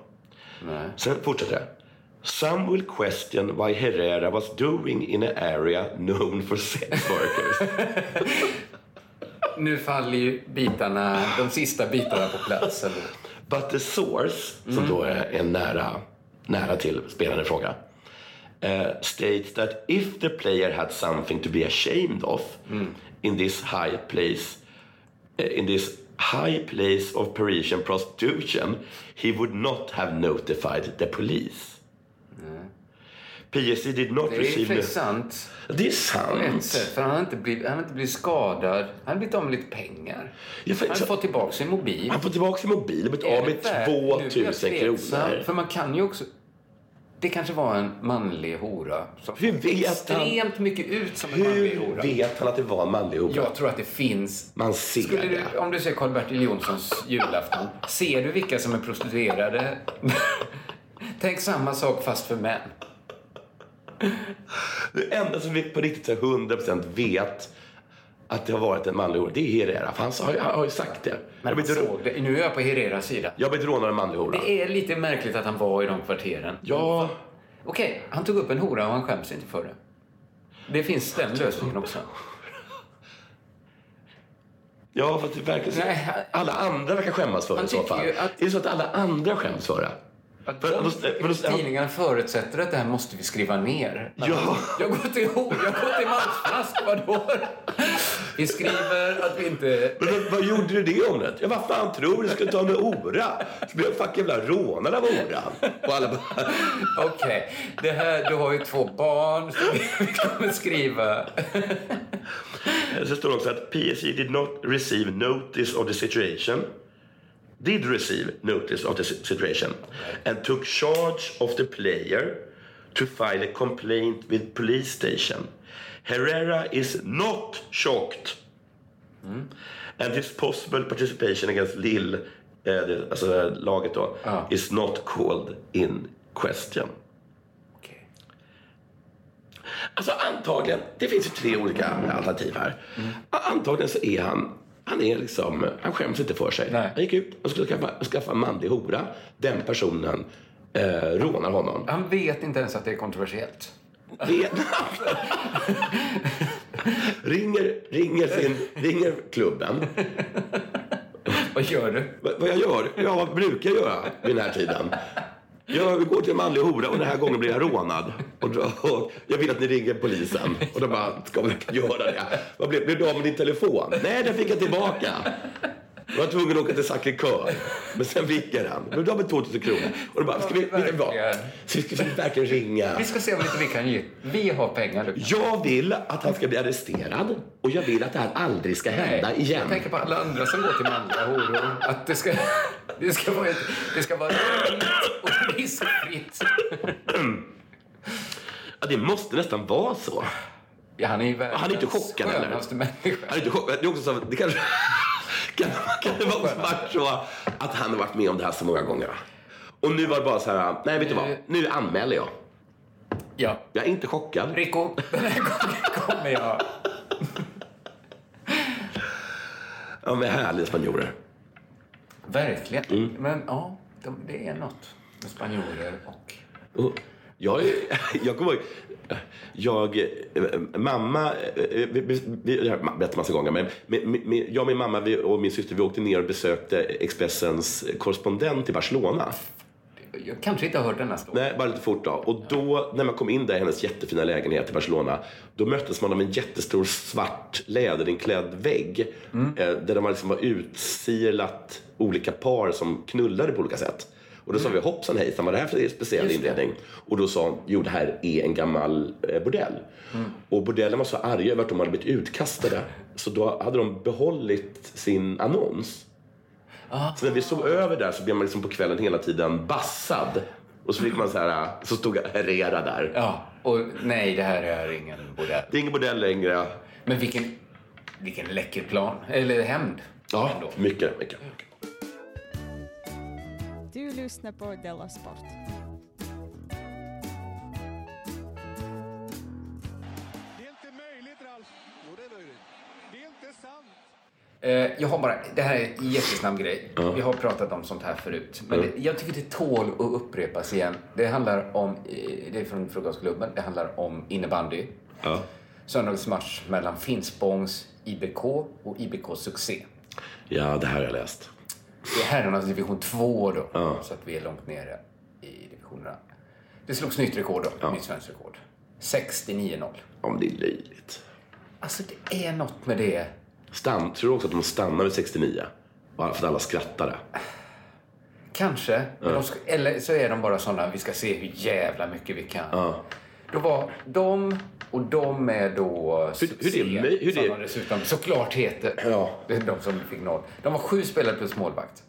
Speaker 7: Sen fortsätter det. Some will question why Herrera was doing in an area known for sex workers.
Speaker 6: Nu faller ju bitarna, de sista bitarna på plats. Eller?
Speaker 7: But the source,
Speaker 6: Mm.
Speaker 7: som då är en nära, nära till spelaren i fråga, eh, states that if the player had something to be ashamed of
Speaker 6: Mm.
Speaker 7: in this high place, eh, in this high place of Parisian prostitution, he would not have notified the police. PSC did not
Speaker 6: Det är
Speaker 7: receive...
Speaker 6: intressant.
Speaker 7: Det är
Speaker 6: På ett sätt,
Speaker 7: sant.
Speaker 6: för han har inte blivit, han har inte blivit skadad. Han har blivit av med lite pengar.
Speaker 7: Ja, för-
Speaker 6: han har
Speaker 7: så-
Speaker 6: fått tillbaka sin mobil.
Speaker 7: Han får tillbaka sin mobil och blivit
Speaker 6: Är
Speaker 7: av med
Speaker 6: det värt- nu blir jag
Speaker 7: 2000
Speaker 6: tveksam,
Speaker 7: kronor.
Speaker 6: För man kan ju också... Det kanske var en manlig hora som
Speaker 7: Hur vet han-
Speaker 6: extremt mycket ut som en manlig
Speaker 7: Hur
Speaker 6: hora.
Speaker 7: vet han att det var en manlig hora?
Speaker 6: Jag tror att det finns...
Speaker 7: Man ser
Speaker 6: Skulle
Speaker 7: det.
Speaker 6: du, om du ser Karl-Bertil Jonssons julafton, ser du vilka som är prostituerade? Tänk samma sak fast för män.
Speaker 7: Det enda som vi på riktigt så här 100% vet att det har varit en manlig hora, det är Herrera. För han sa- han har ju sagt det.
Speaker 6: Men man såg det. Nu är jag på Hereras sida.
Speaker 7: Jag har blivit rånad av en manlig hora.
Speaker 6: Det är lite märkligt att han var i de kvarteren.
Speaker 7: Ja.
Speaker 6: Okej, han tog upp en hora och han skäms inte för det. Det finns den lösningen också.
Speaker 7: Ja, för att det verkar så.
Speaker 6: Nej, han-
Speaker 7: Alla andra verkar skämmas för det
Speaker 6: Han
Speaker 7: i så
Speaker 6: tycker
Speaker 7: fall.
Speaker 6: ju att-
Speaker 7: Är det så att alla andra skäms för det? För, för, för,
Speaker 6: Tidningarna förutsätter att det här måste vi skriva ner.
Speaker 7: Ja.
Speaker 6: Jag går till hora, jag går till mansflask, vadå? Vi skriver att vi inte...
Speaker 7: men vad- vad gjorde du det om det? Ja, vad fan tror du? Ska du ta med hora? Så blev jag fucking jävla rånad av horan. Och alla bara...
Speaker 6: Okej, det här, du har ju två barn, så vi kommer skriva...
Speaker 7: Så står det också att PSE did not receive notice of the situation. Did receive notice of the si- situation and took charge of the player to file a complaint with police station. Herrera is not shocked Mm. and his possible participation against Lille, eh, det- alltså det här laget då, is not called in question. Alltså antagligen, det finns ju tre olika alternativ här. A- Antagligen så är han, han är liksom, han skäms inte för sig. Han gick ut och skulle skaffa, skaffa en manlig hora. Den personen eh, rånar honom.
Speaker 6: Han vet inte ens att det är kontroversiellt.
Speaker 7: Vet- ringer, ringer, sin, ringer klubben.
Speaker 6: Vad gör du?
Speaker 7: Va- Vad jag gör? Ja, vad brukar jag göra vid den här tiden? Jag går till en manlig hora och den här gången blir jag rånad. Och, då- och jag vill att ni ringer polisen. Och de bara, ska vi göra det? Vad blev, blev du av med din telefon? Nej, den fick jag tillbaka. Jag var tvungen att åka till Sacré Coeur. Men sen fick jag den. Blev du av med 2000 kronor? Och de bara, ska vi, vi, vi, ska vi, ska vi verkligen ringa?
Speaker 6: Vi ska se om inte vi kan ge. Vi har pengar, Lukas.
Speaker 7: Jag vill att han ska bli arresterad och jag vill att det här aldrig ska hända
Speaker 6: Nej,
Speaker 7: igen.
Speaker 6: Jag tänker på alla andra som går till manliga horor. Att det ska, det ska vara, ett, det ska vara rent och riskfritt.
Speaker 7: Ja, det måste nästan vara så.
Speaker 6: Ja, han är ju världens
Speaker 7: Han är inte chockad heller.
Speaker 6: skönaste människa.
Speaker 7: Han är inte chockad. Det är också så att det kanske... Kan, kan det vara också varit så att han har varit med om det här så många gånger? Och nu var det bara så här, nej vet du vad, nu anmäler jag.
Speaker 6: Ja.
Speaker 7: Jag är inte chockad.
Speaker 6: Rico, den här gången kommer jag.
Speaker 7: Ja, men härliga spanjorer.
Speaker 6: Verkligen.
Speaker 7: Mm.
Speaker 6: Men ja, de, det är något med spanjorer och...
Speaker 7: Och Oh. Jag, är- jag kommer ihåg, jag, eh, mamma, eh, vi, vi, vi, det här har jag berättat massa gånger, men men- men- jag och min mamma vi, och min syster vi åkte ner och besökte Expressens korrespondent i Barcelona.
Speaker 6: Jag kanske inte har hört denna story.
Speaker 7: Nej, bara lite fort då. Och då, när man kom in där i hennes jättefina lägenhet i Barcelona, då möttes man av en jättestor svart läderinklädd vägg. Eh, där de liksom var utsilat olika par som knullade på olika sätt. Och då sa vi hoppsan hejsan, vad är det här för speciell inredning? Och då sa hon, jo det här är en gammal eh, bordell. Och bordellen var så arga över att de hade blivit utkastade. Så då hade de behållit sin annons. Så när vi sov över där så blev man liksom på kvällen hela tiden bassad. Och så fick man så här, så stod Herrera där.
Speaker 6: Ja, och nej det här är ingen bordell.
Speaker 7: Det är ingen bordell längre.
Speaker 6: Men vilken, vilken läcker plan, eller hämnd.
Speaker 7: Ja, mycket, mycket.
Speaker 13: Du lyssnar på Della Sport.
Speaker 6: Eh, Jag har bara, det här är en jättesnabb grej.
Speaker 7: Ja.
Speaker 6: Vi har pratat om sånt här förut. Men
Speaker 7: Mm.
Speaker 6: det, jag tycker det tål att upprepas igen. Det handlar om, eh, det är från Frukostklubben, det handlar om innebandy.
Speaker 7: Ja.
Speaker 6: Söndagsmatch mellan Finspångs IBK och IBK Succé.
Speaker 7: ja, det här har jag läst.
Speaker 6: Det är herrarnas division 2 då, så att vi är långt nere i divisionerna. Det slogs nytt rekord då, nytt svenskt rekord. 69-0.
Speaker 7: Om det är löjligt.
Speaker 6: Alltså det är något med det.
Speaker 7: Stan, tror du också att de stannar vid 69? Bara för att alla skrattade.
Speaker 6: Kanske. Men
Speaker 7: Ja.
Speaker 6: de ska, eller så är de bara sådana, vi ska se hur jävla mycket vi kan.
Speaker 7: Ja.
Speaker 6: Då var de och de är då hur,
Speaker 7: hur det är möj- hur
Speaker 6: som
Speaker 7: det-
Speaker 6: de dessutom såklart heter. Det är de som fick noll. De var sju spelare plus målvakt.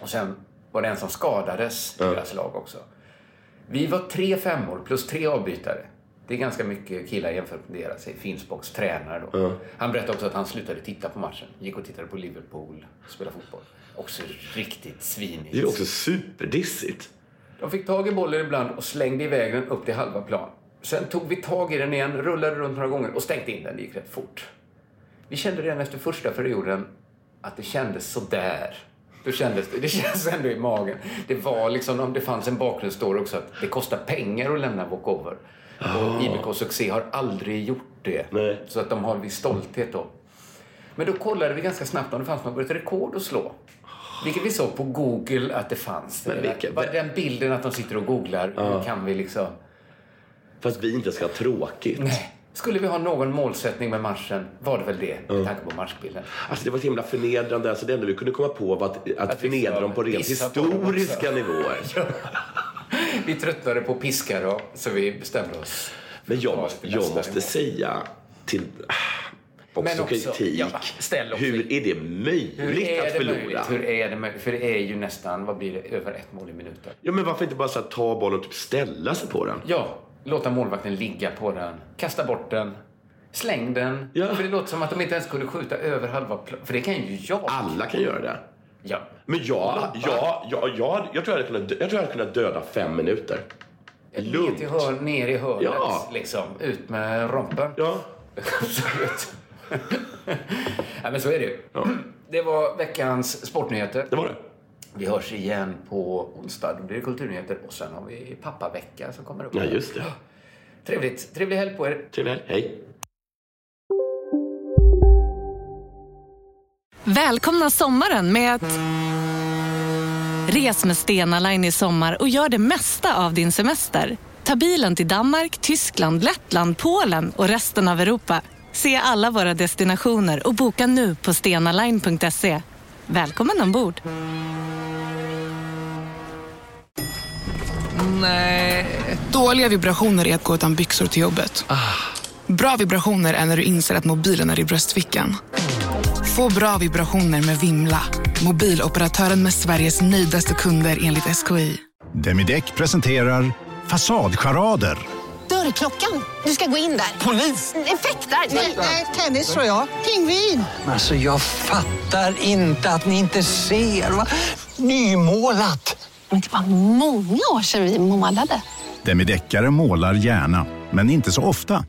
Speaker 6: Och sen var det en som skadades i deras lag också. Vi var tre femmor plus tre avbytare. Det är ganska mycket killar jämfört med deras. Finspångs tränare då.
Speaker 7: Ja.
Speaker 6: Han berättade också att han slutade titta på matchen. Gick och tittade på Liverpool spela fotboll. Också riktigt svinigt.
Speaker 7: Det är ju också superdissigt.
Speaker 6: De fick tag i bollen ibland och slängde iväg den upp till halva plan. Sen tog vi tag i den igen, rullade runt några gånger och stängde in den. Det gick rätt fort. Vi kände redan efter första perioden att det kändes sådär. Då kändes det, det känns ändå i magen. Det var liksom, om det fanns en bakgrundsstory också, att det kostar pengar att lämna walkover. Och IBK Succé har aldrig gjort det. Så att de har en viss stolthet då. Men då kollade vi ganska snabbt om det fanns något rekord att slå. Vilket vi såg på Google att det fanns.
Speaker 7: Men vilken-
Speaker 6: Bara den bilden att de sitter och googlar. Hur kan vi liksom...
Speaker 7: Fast vi inte ska ha tråkigt.
Speaker 6: Nej. Skulle vi ha någon målsättning med matchen var det väl det, med tanke på matchbilden.
Speaker 7: Alltså det var så himla förnedrande. Alltså det enda vi kunde komma på var att, att,
Speaker 6: Att vi
Speaker 7: förnedra
Speaker 6: ska
Speaker 7: dem på rent
Speaker 6: pissa på dem också.
Speaker 7: historiska nivåer.
Speaker 6: Vi tröttnade på piskar då, så vi bestämde oss.
Speaker 7: Men jag,
Speaker 6: Ja,
Speaker 7: måste-
Speaker 6: nästa
Speaker 7: jag måste
Speaker 6: nivå.
Speaker 7: säga till ah, också,
Speaker 6: Men också-
Speaker 7: kritik.
Speaker 6: ja, ställ också-
Speaker 7: Hur är det möjligt
Speaker 6: Hur är
Speaker 7: att
Speaker 6: det
Speaker 7: förlora?
Speaker 6: möjligt? Hur är det möjligt? För det är ju nästan, vad blir det, över ett mål i minuten.
Speaker 7: Ja, men varför inte bara så här, ta bollen och typ ställa sig på den?
Speaker 6: Ja, låta målvakten ligga på den, kasta bort den, släng den. För det låter som att de inte ens kunde skjuta över halva plan. För det kan ju jag.
Speaker 7: Alla kan göra det.
Speaker 6: Ja.
Speaker 7: Men jag, jag, jag, jag, jag tror jag hade kunnat, jag tror jag hade kunnat döda fem minuter.
Speaker 6: Ner, till hör, ner i hörnet,
Speaker 7: Ja.
Speaker 6: liksom. Ut med rompen.
Speaker 7: Ja.
Speaker 6: Absolut. Nej, men så är det ju. Det var veckans sportnyheter.
Speaker 7: Det var det.
Speaker 6: Vi hörs igen på onsdag. Då blir det kulturnyheter och sen har vi pappavecka som kommer upp.
Speaker 7: Ja, just det.
Speaker 6: Trevligt. Trevlig helg på er.
Speaker 7: Trevlig helg. Hej.
Speaker 5: Välkomna sommaren med att... Res med Stena Line i sommar och gör det mesta av din semester. Ta bilen till Danmark, Tyskland, Lettland, Polen och resten av Europa. Se alla våra destinationer och boka nu på stenaline.se. Välkommen ombord!
Speaker 14: Nej. Dåliga vibrationer är att gå utan byxor till jobbet. Bra vibrationer är när du inser att mobilen är i bröstfickan. Få bra vibrationer med Vimla. Mobiloperatören med Sveriges nöjdaste kunder enligt SKI.
Speaker 15: Demideck presenterar Fasadcharader.
Speaker 16: Dörrklockan. Du ska gå in där. Polis? Effektar? Nej, tennis tror jag. Pingvin.
Speaker 17: Alltså jag fattar inte att ni inte ser. Va? Nymålat!
Speaker 16: Men det var många år sedan vi målade.
Speaker 15: Demideckare målar gärna, men inte så ofta.